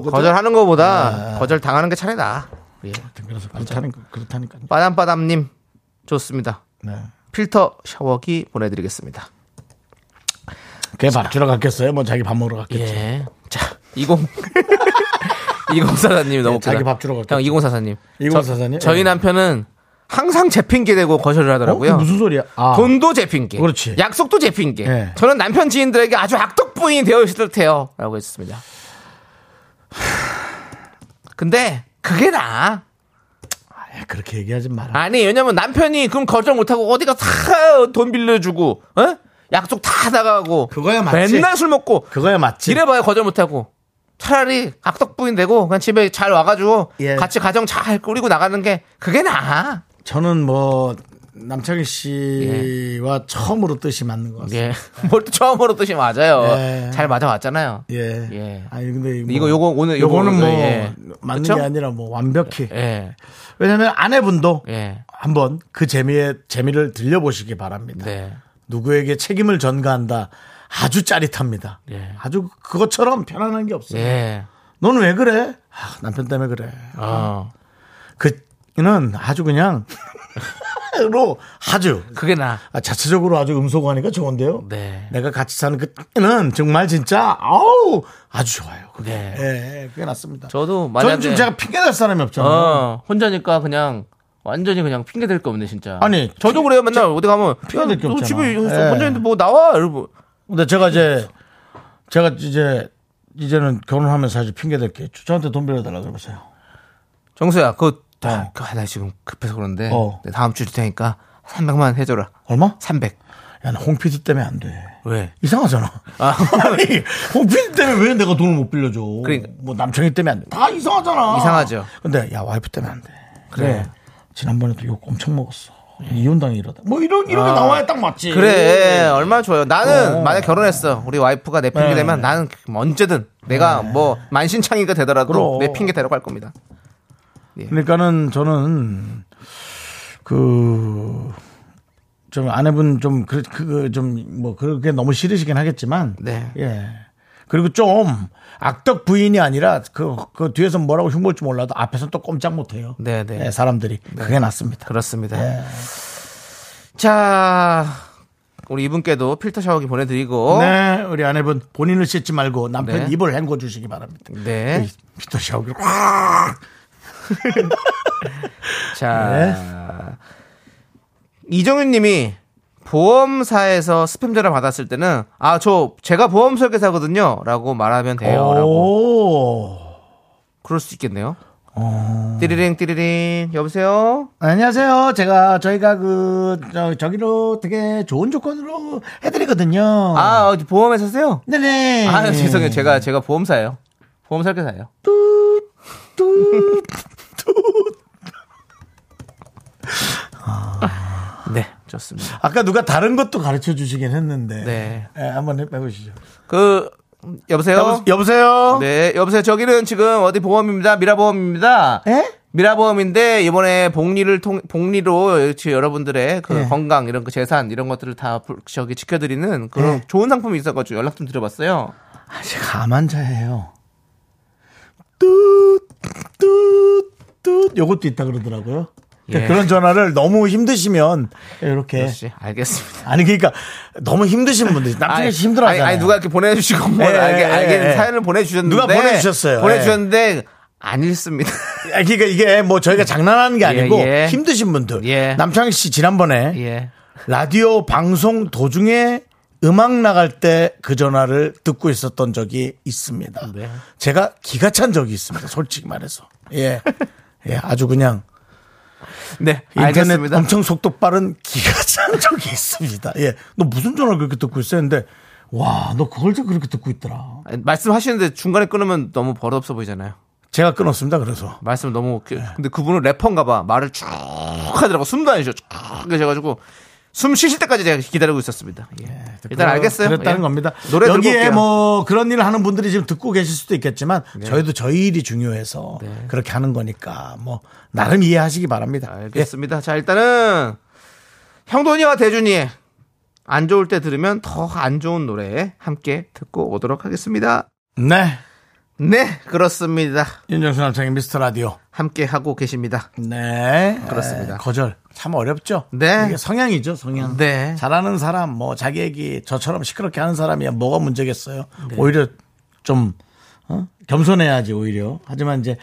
Speaker 3: 그죠?
Speaker 4: 거절하는 것보다 거절 당하는 게 차라리 나. 예.
Speaker 3: 그래서 그렇다니까 그렇다니까
Speaker 4: 빠담빠담님 좋습니다.
Speaker 3: 네.
Speaker 4: 필터 샤워기 보내드리겠습니다.
Speaker 3: 걔밥 주러 갔겠어요 뭐 자기 밥 먹으러 갔겠지
Speaker 4: 예. 자, 20 2044님 너무
Speaker 3: 예, 자기
Speaker 4: 웃기다.
Speaker 3: 밥 주러 갔겠죠.
Speaker 4: 형 2044님.
Speaker 3: 2044님?
Speaker 4: 저희
Speaker 3: 예.
Speaker 4: 남편은 항상 재핑계 대고 거절을
Speaker 3: 어?
Speaker 4: 하더라고요.
Speaker 3: 그게 무슨 소리야 아.
Speaker 4: 돈도 재핑계.
Speaker 3: 그렇지.
Speaker 4: 약속도 재핑계.
Speaker 3: 예.
Speaker 4: 저는 남편 지인들에게 아주 악덕 부인이 되어 있을 듯해요. 라고 했습니다. 근데 그게 나.
Speaker 3: 아, 그렇게 얘기하지 마라
Speaker 4: 아니 왜냐면 남편이 그럼 거절 못하고 어디가 다 돈 빌려주고 어? 약속 다 나가고
Speaker 3: 그거야 맞지.
Speaker 4: 맨날 술 먹고
Speaker 3: 그거야 맞지
Speaker 4: 이래봐야 거절 못하고 차라리 악덕 부인 되고 그냥 집에 잘 와가지고
Speaker 3: 예.
Speaker 4: 같이 가정 잘 꾸리고 나가는 게 그게 나아
Speaker 3: 저는 뭐 남창희 씨와 처음으로 뜻이 맞는 것 같습니다.
Speaker 4: 예. 뭘 또 처음으로 뜻이 맞아요
Speaker 3: 예.
Speaker 4: 잘 맞아왔잖아요
Speaker 3: 예.
Speaker 4: 예.
Speaker 3: 아니 근데 뭐
Speaker 4: 이거 요거 오늘
Speaker 3: 요거는 뭐
Speaker 4: 예.
Speaker 3: 맞는
Speaker 4: 그쵸?
Speaker 3: 게 아니라 뭐 완벽히.
Speaker 4: 예.
Speaker 3: 왜냐면 아내분도
Speaker 4: 예.
Speaker 3: 한번 그 재미에 재미를 들려보시기 바랍니다.
Speaker 4: 네.
Speaker 3: 누구에게 책임을 전가한다. 아주 짜릿합니다.
Speaker 4: 예.
Speaker 3: 아주 그것처럼 편안한 게 없어요.
Speaker 4: 예.
Speaker 3: 너는 왜 그래? 아, 남편 때문에 그래.
Speaker 4: 어.
Speaker 3: 그는 아주 그냥 로 아주
Speaker 4: 그게 나아
Speaker 3: 아, 자체적으로 아주 음소거하니까 좋은데요.
Speaker 4: 네.
Speaker 3: 내가 같이 사는 그는 정말 진짜 아우 아주 좋아요. 그게
Speaker 4: 네.
Speaker 3: 예, 예, 그게 낫습니다.
Speaker 4: 저도
Speaker 3: 저는
Speaker 4: 만약에
Speaker 3: 지금 제가 핑계 댈 사람이 없잖아요.
Speaker 4: 어, 혼자니까 그냥 완전히 그냥 핑계 댈 거 없네 진짜.
Speaker 3: 아니,
Speaker 4: 저도 그래요 맨날 어디 가면
Speaker 3: 핑계 댈게
Speaker 4: 야, 너
Speaker 3: 없잖아.
Speaker 4: 집에
Speaker 3: 예.
Speaker 4: 혼자 있는데 뭐 나와 여러분.
Speaker 3: 근데 제가 이제 제가 이제 이제는 결혼하면서 사실 핑계 댈게 저한테 돈 빌려달라 그러세요.
Speaker 4: 정수야 그거
Speaker 3: 어.
Speaker 4: 다, 그거 하나 지금 급해서 그런데
Speaker 3: 어.
Speaker 4: 내 다음 주 줄 테니까 300만 해줘라.
Speaker 3: 얼마?
Speaker 4: 300.
Speaker 3: 야, 나홍 PD 때문에 안 돼.
Speaker 4: 왜?
Speaker 3: 이상하잖아.
Speaker 4: 아.
Speaker 3: 아니, 홍 PD 때문에 왜 내가 돈을 못 빌려줘?
Speaker 4: 그러니까.
Speaker 3: 뭐 남청이 때문에 안 돼. 다 이상하잖아.
Speaker 4: 이상하죠.
Speaker 3: 근데 야 와이프 때문에 안 돼. 그래. 지난번에도 네. 욕 엄청 먹었어. 이혼당해 이러다. 뭐 이런 이런 게 나와야 딱 맞지.
Speaker 4: 아, 그래 얼마나 좋아요 나는 만약 결혼했어 우리 와이프가 내 핑계
Speaker 3: 네.
Speaker 4: 대면 나는 언제든 내가 뭐 만신창이가 되더라도
Speaker 3: 그럼.
Speaker 4: 내 핑계 대라고 할 겁니다
Speaker 3: 그러니까는 저는 그. 좀 아내분 좀 그 그 좀 뭐 그렇게 너무 싫으시긴 하겠지만
Speaker 4: 네.
Speaker 3: 예 그리고 좀 악덕 부인이 아니라 그, 그 뒤에서 뭐라고 흉볼지 몰라도 앞에서 또 꼼짝 못해요
Speaker 4: 네네.
Speaker 3: 예, 사람들이 그게 낫습니다
Speaker 4: 그렇습니다 네. 자 우리 이분께도 필터 샤워기 보내드리고
Speaker 3: 네, 우리 아내분 본인을 씻지 말고 남편
Speaker 4: 어? 네.
Speaker 3: 입을 헹궈 주시기 바랍니다.
Speaker 4: 네.
Speaker 3: 피터 샤워기로
Speaker 4: 자 이정윤님이 보험사에서 스팸 전화 받았을 때는 아 저 제가 보험 설계사거든요라고 말하면
Speaker 3: 어.
Speaker 4: 돼요라고
Speaker 3: 오.
Speaker 4: 그럴 수 있겠네요. 띠리링 띠리링 여보세요.
Speaker 3: 안녕하세요. 제가 저희가 그 저, 저기로 되게 좋은 조건으로 해드리거든요.
Speaker 4: 아 어, 보험회사세요?
Speaker 3: 네네.
Speaker 4: 아 죄송해요 제가 제가 보험사예요. 보험 설계사예요. 네 좋습니다.
Speaker 3: 아까 누가 다른 것도 가르쳐 주시긴 했는데.
Speaker 4: 네.
Speaker 3: 예, 한번 해보시죠.
Speaker 4: 그 여보세요.
Speaker 3: 여보세요.
Speaker 4: 네 여보세요 저기는 지금 어디 보험입니다 미라보험입니다.
Speaker 3: 예?
Speaker 4: 미라보험인데 이번에 복리를 통 복리로 지- 여러분들의 그
Speaker 3: 예.
Speaker 4: 건강 이런 그 재산 이런 것들을 다 불- 저기 지켜드리는 그런
Speaker 3: 예.
Speaker 4: 좋은 상품이 있어가지고 연락 좀 드려봤어요.
Speaker 3: 아, 제가 감환자예요. 뚜뚜뚜 요것도 있다 그러더라고요. 그러니까
Speaker 4: 예.
Speaker 3: 그런 전화를 너무 힘드시면 이렇게
Speaker 4: 역시 알겠습니다.
Speaker 3: 아니 그러니까 너무 힘드신 분들 남편이 힘들어하잖아요.
Speaker 4: 아니, 아니, 누가 이렇게 보내주시고 뭐
Speaker 3: 예,
Speaker 4: 알게
Speaker 3: 예,
Speaker 4: 알게
Speaker 3: 예.
Speaker 4: 사연을 보내주셨는데
Speaker 3: 누가 보내주셨어요.
Speaker 4: 보내주셨는데 안 읽습니다.
Speaker 3: 아니, 그러니까 이게 뭐 저희가 장난하는 게 아니고
Speaker 4: 예, 예.
Speaker 3: 힘드신 분들.
Speaker 4: 예.
Speaker 3: 남창희 씨 지난번에
Speaker 4: 예.
Speaker 3: 라디오 방송 도중에 음악 나갈 때 그 전화를 듣고 있었던 적이 있습니다.
Speaker 4: 네.
Speaker 3: 제가 기가 찬 적이 있습니다. 솔직히 말해서. 예. 예, 아주 그냥
Speaker 4: 네.
Speaker 3: 인터넷 음.
Speaker 4: 알겠습니다.
Speaker 3: 엄청 속도 빠른 기가 찬 적이 있습니다. 예. 너 무슨 전화를 그렇게 듣고 있어? 했는데 와, 너 그걸 또 그렇게 듣고 있더라.
Speaker 4: 아니, 말씀하시는데 중간에 끊으면 너무 버릇없어 보이잖아요.
Speaker 3: 제가 끊었습니다. 그래서.
Speaker 4: 말씀 너무 웃겨.
Speaker 3: 예.
Speaker 4: 근데 그분은 래퍼인가 봐. 말을 쭉 하더라고. 숨도 안 쉬어. 쭉 그러셔가지고 숨 쉬실 때까지 제가 기다리고 있었습니다. 예. 일단 알겠어요.
Speaker 3: 그랬다는
Speaker 4: 예.
Speaker 3: 겁니다.
Speaker 4: 노래 들고
Speaker 3: 여기에
Speaker 4: 올게요.
Speaker 3: 뭐 그런 일을 하는 분들이 지금 듣고 계실 수도 있겠지만
Speaker 4: 네.
Speaker 3: 저희도 저희 일이 중요해서 그렇게 하는 거니까 뭐 나름 이해하시기 바랍니다.
Speaker 4: 알겠습니다. 자 일단은 형돈이와 대준이의 안 좋을 때 들으면 더 안 좋은 노래 함께 듣고 오도록 하겠습니다.
Speaker 3: 예. 네.
Speaker 4: 네, 그렇습니다.
Speaker 3: 윤정수 남창의 미스터 라디오.
Speaker 4: 함께 하고 계십니다.
Speaker 3: 네.
Speaker 4: 그렇습니다.
Speaker 3: 에, 거절. 참 어렵죠.
Speaker 4: 네.
Speaker 3: 이게 성향이죠, 성향.
Speaker 4: 네.
Speaker 3: 잘하는 사람, 뭐 자기 얘기 저처럼 시끄럽게 하는 사람이야 뭐가 문제겠어요.
Speaker 4: 네.
Speaker 3: 오히려 좀 어? 겸손해야지 오히려. 하지만 이제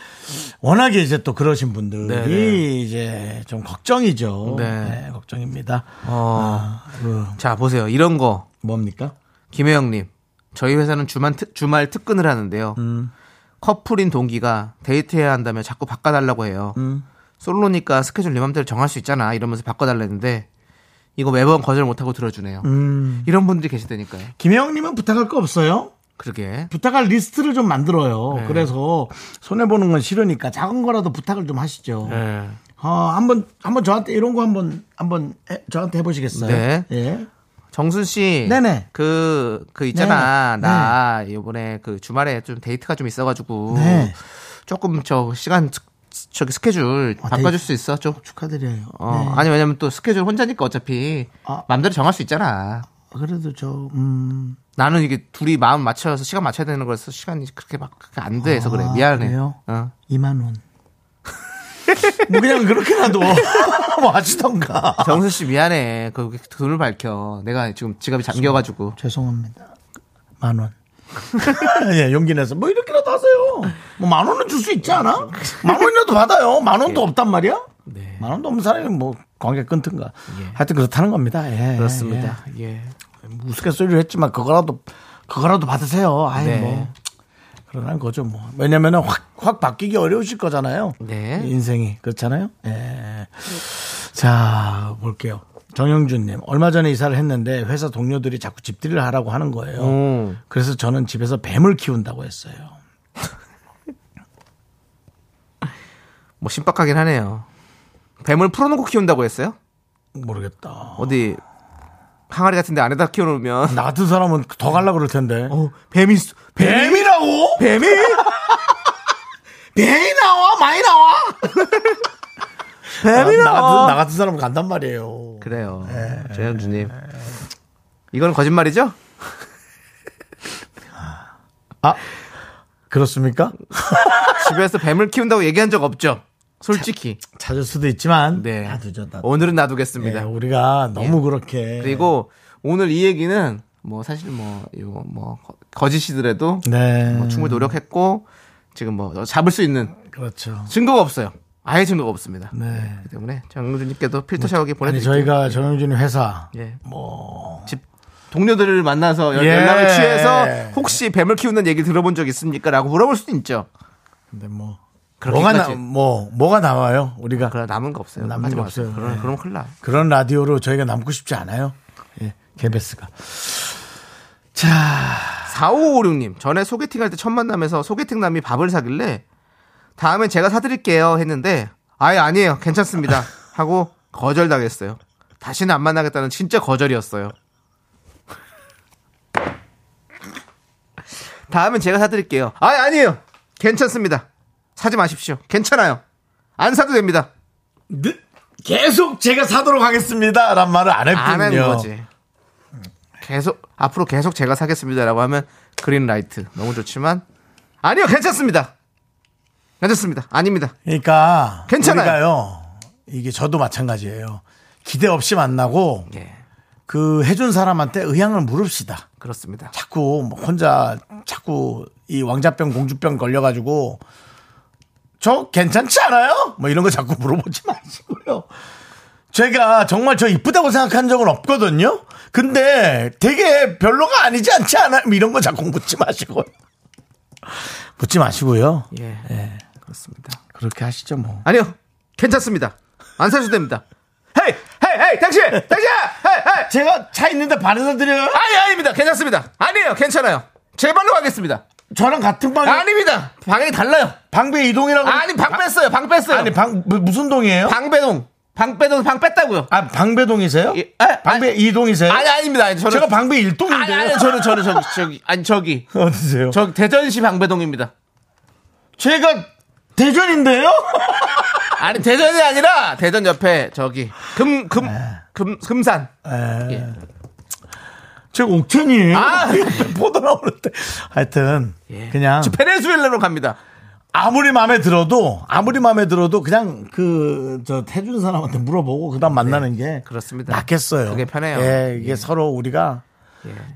Speaker 3: 워낙에 이제 또 그러신 분들이
Speaker 4: 네, 네.
Speaker 3: 이제 좀 걱정이죠.
Speaker 4: 네.
Speaker 3: 네, 걱정입니다.
Speaker 4: 어,
Speaker 3: 아, 그
Speaker 4: 자 보세요. 이런 거
Speaker 3: 뭡니까?
Speaker 4: 김혜영님, 저희 회사는 주말, 특, 주말 특근을 하는데요. 커플인 동기가 데이트해야 한다며 자꾸 바꿔달라고 해요. 솔로니까 스케줄 내 맘대로 정할 수 있잖아. 이러면서 바꿔달라는데 이거 매번 거절 못하고 들어주네요.
Speaker 3: 음.
Speaker 4: 이런 분들이 계시다니까요.
Speaker 3: 김혜영님은 부탁할 거 없어요?
Speaker 4: 그러게.
Speaker 3: 부탁할 리스트를 좀 만들어요.
Speaker 4: 네.
Speaker 3: 그래서 손해 보는 건 싫으니까 작은 거라도 부탁을 좀 하시죠.
Speaker 4: 네.
Speaker 3: 어, 한번 한번 저한테 이런 거 한번 한번 해- 저한테 해보시겠어요?
Speaker 4: 네.
Speaker 3: 예.
Speaker 4: 정순 씨,
Speaker 3: 네네.
Speaker 4: 그, 그 있잖아.
Speaker 3: 네네.
Speaker 4: 나 이번에 그 주말에 좀 데이트가 좀 있어가지고
Speaker 3: 네.
Speaker 4: 조금 저 시간 스- 저기 스케줄
Speaker 3: 아,
Speaker 4: 바꿔줄
Speaker 3: 데이트.
Speaker 4: 수 있어? 좀
Speaker 3: 축하드려요.
Speaker 4: 어,
Speaker 3: 네.
Speaker 4: 아니 왜냐면 또 스케줄 혼자니까 어차피
Speaker 3: 아.
Speaker 4: 마음대로 정할 수 있잖아.
Speaker 3: 그래도 저 음.
Speaker 4: 나는 이게 둘이 마음 맞춰서 시간 맞춰야 되는 거라서 시간이 그렇게 막 그렇게 안 돼서 그래.
Speaker 3: 아,
Speaker 4: 미안해.
Speaker 3: 그래요?
Speaker 4: 어.
Speaker 3: 2만 원. 뭐 그냥 그렇게라도 뭐 하시던가.
Speaker 4: 정수 씨 미안해. 그 돈을 밝혀. 내가 지금 지갑이 잠겨가지고.
Speaker 3: 죄송합니다. 만 원. 예, 용기 내서 뭐 이렇게라도 하세요. 뭐 만 원은 줄 수 있지 않아? 만 원이라도 받아요. 만 원도 없단 말이야? 만 원도 없는 사람이 뭐 관계 끊든가. 하여튼 예. 그렇다는 겁니다. 예,
Speaker 4: 그렇습니다. 예.
Speaker 3: 예. 우스갯소리를 했지만 그거라도 그거라도 받으세요. 아이
Speaker 4: 네.
Speaker 3: 뭐 그러는 거죠 뭐. 왜냐면은 확 확 바뀌기 어려우실 거잖아요.
Speaker 4: 네.
Speaker 3: 인생이 그렇잖아요. 예. 자 볼게요. 정영준님 얼마 전에 이사를 했는데 회사 동료들이 자꾸 집들이를 하라고 하는 거예요.
Speaker 4: 오.
Speaker 3: 그래서 저는 집에서 뱀을 키운다고 했어요.
Speaker 4: 뭐 신박하긴 하네요. 뱀을 풀어놓고 키운다고 했어요?
Speaker 3: 모르겠다.
Speaker 4: 어디 항아리 같은데 안에다 키워놓으면
Speaker 3: 나 같은 사람은 더 갈라 그럴 텐데.
Speaker 4: 어, 뱀이 있- 뱀이
Speaker 3: 뱀이라고?
Speaker 4: 뱀이
Speaker 3: 뱀이 나와? 많이 나와? 아, 나,
Speaker 4: 뱀이
Speaker 3: 나 같은, 나
Speaker 4: 나와.
Speaker 3: 같은 사람은 간단 말이에요.
Speaker 4: 그래요,
Speaker 3: 네.
Speaker 4: 조현주님. 이건 거짓말이죠?
Speaker 3: 그렇습니까?
Speaker 4: 집에서 뱀을 키운다고 얘기한 적 없죠? 솔직히.
Speaker 3: 찾을 수도 있지만
Speaker 4: 네.
Speaker 3: 다 두죠. 다.
Speaker 4: 오늘은
Speaker 3: 예,
Speaker 4: 놔두겠습니다.
Speaker 3: 우리가 너무 그렇게
Speaker 4: 그리고 오늘 이 얘기는 뭐 사실 뭐 이거 뭐 거- 거짓이더라도
Speaker 3: 네
Speaker 4: 뭐 충분히 노력했고 지금 뭐 잡을 수 있는
Speaker 3: 그렇죠.
Speaker 4: 증거가 없어요. 아예 증거가 없습니다.
Speaker 3: 네.
Speaker 4: 그렇기 때문에 장영준님께도 필터 샤워기
Speaker 3: 아니
Speaker 4: 보내드릴게요.
Speaker 3: 저희가 정영준이 회사
Speaker 4: 예. 집 동료들을 만나서 연-
Speaker 3: 예.
Speaker 4: 연락을 취해서 혹시 뱀을 키우는 얘기 들어본 적 있습니까?라고 물어볼 수도 있죠.
Speaker 3: 근데 뭐 뭐가
Speaker 4: 그렇게까지.
Speaker 3: 나, 뭐 뭐가 나와요 우리가
Speaker 4: 그럼 남은 거 없어요.
Speaker 3: 남은
Speaker 4: 하지
Speaker 3: 거
Speaker 4: 마세요. 네.
Speaker 3: 없어요.
Speaker 4: 그럼
Speaker 3: 예.
Speaker 4: 그럼 큰일 나.
Speaker 3: 그런 라디오로 저희가 남고 싶지 않아요. 예, 개베스가
Speaker 4: 4556님 전에 소개팅 할 때 첫 만남에서 소개팅 남이 밥을 사길래 다음엔 제가 사드릴게요 했는데 아예 아니에요 괜찮습니다 하고 거절당했어요 다시는 안 만나겠다는 진짜 거절이었어요 다음엔 제가 사드릴게요 아예 아니에요 괜찮습니다 사지 마십시오 괜찮아요 안 사도 됩니다
Speaker 3: 네? 계속 제가 사도록 하겠습니다란 말을 안 했군요.
Speaker 4: 안 하는 거지 계속 앞으로 계속 제가 사겠습니다라고 하면 그린 라이트 너무 좋지만 아니요 괜찮습니다 괜찮습니다 아닙니다
Speaker 3: 그러니까
Speaker 4: 괜찮아요.
Speaker 3: 우리가요 이게 저도 마찬가지예요. 기대 없이 만나고
Speaker 4: 예
Speaker 3: 그 해준 사람한테 의향을 물읍시다.
Speaker 4: 그렇습니다
Speaker 3: 자꾸 뭐 혼자 자꾸 이 왕자병 공주병 걸려가지고 저 괜찮지 않아요? 뭐 이런 거 자꾸 물어보지 마시고요. 제가 정말 저 이쁘다고 생각한 적은 없거든요. 근데 되게 별로가 아니지 않지 않아요? 뭐 이런 거 자꾸 묻지 마시고요. 묻지 마시고요.
Speaker 4: 예, 그렇습니다
Speaker 3: 그렇게 하시죠 뭐.
Speaker 4: 아니요 괜찮습니다 안 사셔도 됩니다 헤이 헤이 헤이 당신 당신 헤이 헤이
Speaker 3: 제가 차 있는데 반에서 드려요?
Speaker 4: 아니 아닙니다 괜찮습니다 아니에요 괜찮아요 제 발로 가겠습니다
Speaker 3: 저랑 같은 방에
Speaker 4: 아닙니다 방향이 달라요
Speaker 3: 방배 이동이라고
Speaker 4: 아니 방 뺐어요 방 뺐어요
Speaker 3: 아니 방 뭐, 무슨 동이에요?
Speaker 4: 방배동 방배동 방 뺐다고요
Speaker 3: 아 방배동이세요?
Speaker 4: 예, 아,
Speaker 3: 방배 이동이세요?
Speaker 4: 아니 아닙니다 아니, 저는
Speaker 3: 제가 방배
Speaker 4: 아니,
Speaker 3: 1동인데요.
Speaker 4: 아니, 저는, 저는, 저기, 저기, 아니, 저기.
Speaker 3: 어디세요?
Speaker 4: 저 대전시 방배동입니다.
Speaker 3: 제가 대전인데요?
Speaker 4: 아니, 대전이 아니라, 대전 옆에, 저기, 금, 금, 금, 금산. 예.
Speaker 3: 제가 옥천이에요.
Speaker 4: 아! 예.
Speaker 3: 옆에 포도 나오는데. 하여튼, 그냥
Speaker 4: 저 베네수엘라로 갑니다.
Speaker 3: 아무리 마음에 들어도, 아무리 마음에 들어도 그냥 그, 저, 해준 사람한테 물어보고 그 다음 만나는 게.
Speaker 4: 네. 그렇습니다.
Speaker 3: 낫겠어요.
Speaker 4: 그게 편해요. 예.
Speaker 3: 예, 이게 서로 우리가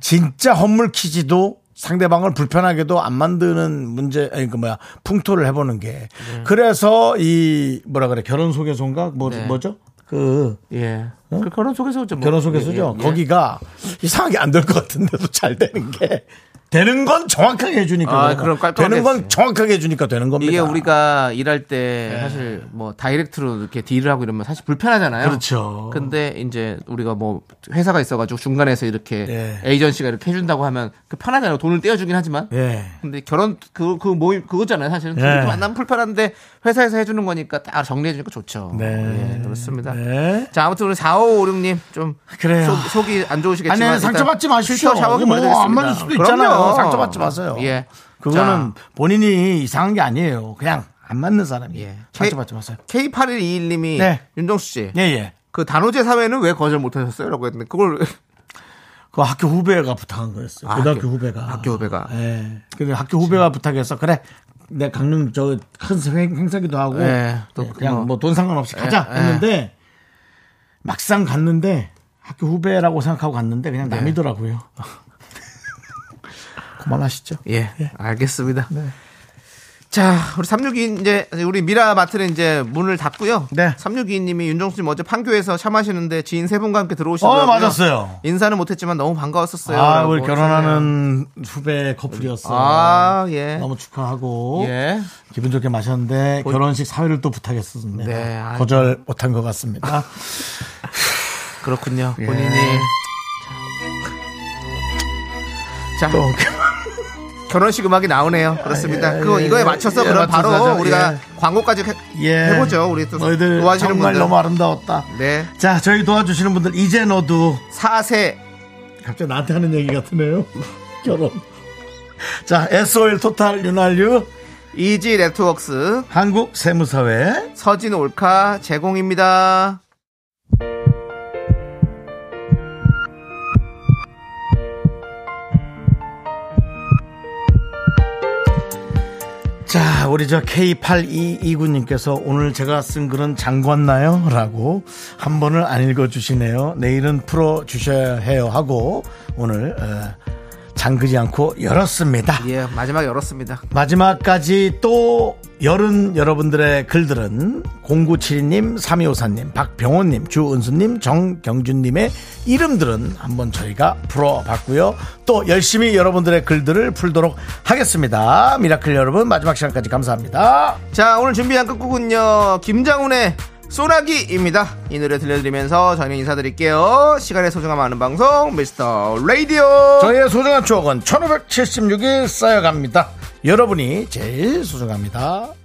Speaker 3: 진짜 헛물 퀴즈도 상대방을 불편하게도 안 만드는 문제, 아니, 그 뭐야, 풍토를 해보는 게. 그래서 이, 뭐라 그래, 결혼 소개서인가? 뭐,
Speaker 4: 네.
Speaker 3: 뭐죠? 그,
Speaker 4: 예. 그 결혼 소개서죠. 뭐.
Speaker 3: 결혼 소개서죠.
Speaker 4: 예, 예, 예.
Speaker 3: 거기가 이상하게 안 될 것 같은데도 잘 되는 게 되는 건 정확하게 해주니까
Speaker 4: 아,
Speaker 3: 그래요.
Speaker 4: 그럼 깔끔하게
Speaker 3: 되는 건
Speaker 4: 했어요.
Speaker 3: 정확하게 해주니까 되는 겁니다.
Speaker 4: 이게 우리가 일할 때 사실 뭐 다이렉트로 이렇게 딜을 하고 이러면 사실 불편하잖아요.
Speaker 3: 그렇죠.
Speaker 4: 근데 이제 우리가 뭐 회사가 있어가지고 중간에서 이렇게
Speaker 3: 예.
Speaker 4: 에이전시가 이렇게 해준다고 하면 그 편하잖아요. 돈을 떼어주긴 하지만.
Speaker 3: 예.
Speaker 4: 근데 결혼 그, 그 모임 그거잖아요 사실은 둘이
Speaker 3: 네.
Speaker 4: 만나면 불편한데 회사에서 해주는 거니까 딱 정리해주니까 좋죠
Speaker 3: 네.
Speaker 4: 예, 그렇습니다
Speaker 3: 네.
Speaker 4: 자 아무튼 우리 4556님 좀
Speaker 3: 그래요.
Speaker 4: 속, 이안 좋으시겠지만
Speaker 3: 아니
Speaker 4: 일단
Speaker 3: 상처받지 마십시오.
Speaker 4: 필터 샤워기
Speaker 3: 뭐,
Speaker 4: 보내드리겠습니다.
Speaker 3: 안 맞을 수도
Speaker 4: 그럼요.
Speaker 3: 있잖아요. 상처받지 마세요.
Speaker 4: 예.
Speaker 3: 그거는
Speaker 4: 자,
Speaker 3: 본인이 이상한 게 아니에요. 그냥 안 맞는 사람이에요.
Speaker 4: 예.
Speaker 3: 상처받지 마세요.
Speaker 4: K8121님이
Speaker 3: 네.
Speaker 4: 윤정수 씨.
Speaker 3: 예, 예.
Speaker 4: 그 단오제 사회는 왜 거절 못하셨어요? 라고 했는데 그걸
Speaker 3: 그 학교 후배가 부탁한 거였어요.
Speaker 4: 아,
Speaker 3: 고등학교
Speaker 4: 학교-
Speaker 3: 후배가.
Speaker 4: 학교 후배가.
Speaker 3: 예. 근데 학교 후배가 부탁해서 그래. 내 강릉 저 큰 행사기도 하고
Speaker 4: 예, 또
Speaker 3: 예, 그냥
Speaker 4: 뭐-
Speaker 3: 뭐 돈 상관없이 가자
Speaker 4: 예.
Speaker 3: 했는데 막상 갔는데 학교 후배라고 생각하고 갔는데 그냥
Speaker 4: 네.
Speaker 3: 남이더라고요. 그만하시죠.
Speaker 4: 예, 알겠습니다.
Speaker 3: 네.
Speaker 4: 자, 우리 362 이제 우리 미라 마트는 이제 문을 닫고요.
Speaker 3: 네.
Speaker 4: 362님이 윤정수님 어제 판교에서 차 마시는데 지인 세 분과 함께 들어오시더라고요.
Speaker 3: 어, 맞았어요.
Speaker 4: 인사는 못했지만 너무 반가웠었어요.
Speaker 3: 아,
Speaker 4: 라고
Speaker 3: 우리 결혼하는 후배 커플이었어.
Speaker 4: 예, 아, 예.
Speaker 3: 너무 축하하고
Speaker 4: 예.
Speaker 3: 기분 좋게 마셨는데 결혼식 사회를 또 부탁했었습니다.
Speaker 4: 네, 아이고.
Speaker 3: 거절 못한 것 같습니다.
Speaker 4: 그렇군요.
Speaker 3: 예.
Speaker 4: 본인이 자. 자.
Speaker 3: 또
Speaker 4: 결혼식 음악이 나오네요. 그렇습니다.
Speaker 3: 예,
Speaker 4: 그거
Speaker 3: 예,
Speaker 4: 이거에
Speaker 3: 예.
Speaker 4: 맞춰서
Speaker 3: 예,
Speaker 4: 그럼
Speaker 3: 맞춰서
Speaker 4: 바로
Speaker 3: 하죠.
Speaker 4: 우리가
Speaker 3: 예.
Speaker 4: 광고까지 해, 보죠 우리 또
Speaker 3: 너희들
Speaker 4: 도와주시는
Speaker 3: 정말
Speaker 4: 분들.
Speaker 3: 너무 아름다웠다.
Speaker 4: 네.
Speaker 3: 자, 저희 도와주시는 분들 이제 너도
Speaker 4: 사세
Speaker 3: 갑자기 나한테 하는 얘기 같으네요. 결혼. 자, SOL 토탈 윤활유
Speaker 4: 이지 네트웍스
Speaker 3: 한국 세무사회
Speaker 4: 서진 올카 제공입니다.
Speaker 3: 자, 우리 저 K8229님께서 오늘 제가 쓴 글은 장관나요? 라고 한 번을 안 읽어주시네요. 내일은 풀어주셔야 해요. 하고 오늘 어, 잠그지 않고 열었습니다.
Speaker 4: 예, 마지막 열었습니다.
Speaker 3: 마지막까지 또 열은 여러분들의 글들은 0972님, 3254님, 박병호님, 주은수님, 정경준님의 이름들은 한번 저희가 풀어봤고요. 또 열심히 여러분들의 글들을 풀도록 하겠습니다. 미라클 여러분 마지막 시간까지 감사합니다.
Speaker 4: 자, 오늘 준비한 끝곡은요. 김장훈의 소나기입니다. 이 노래 들려드리면서 저희는 인사드릴게요. 시간의 소중함 아는 방송 미스터 라디오.
Speaker 3: 저희의 소중한 추억은 1576일 쌓여갑니다. 여러분이 제일 소중합니다.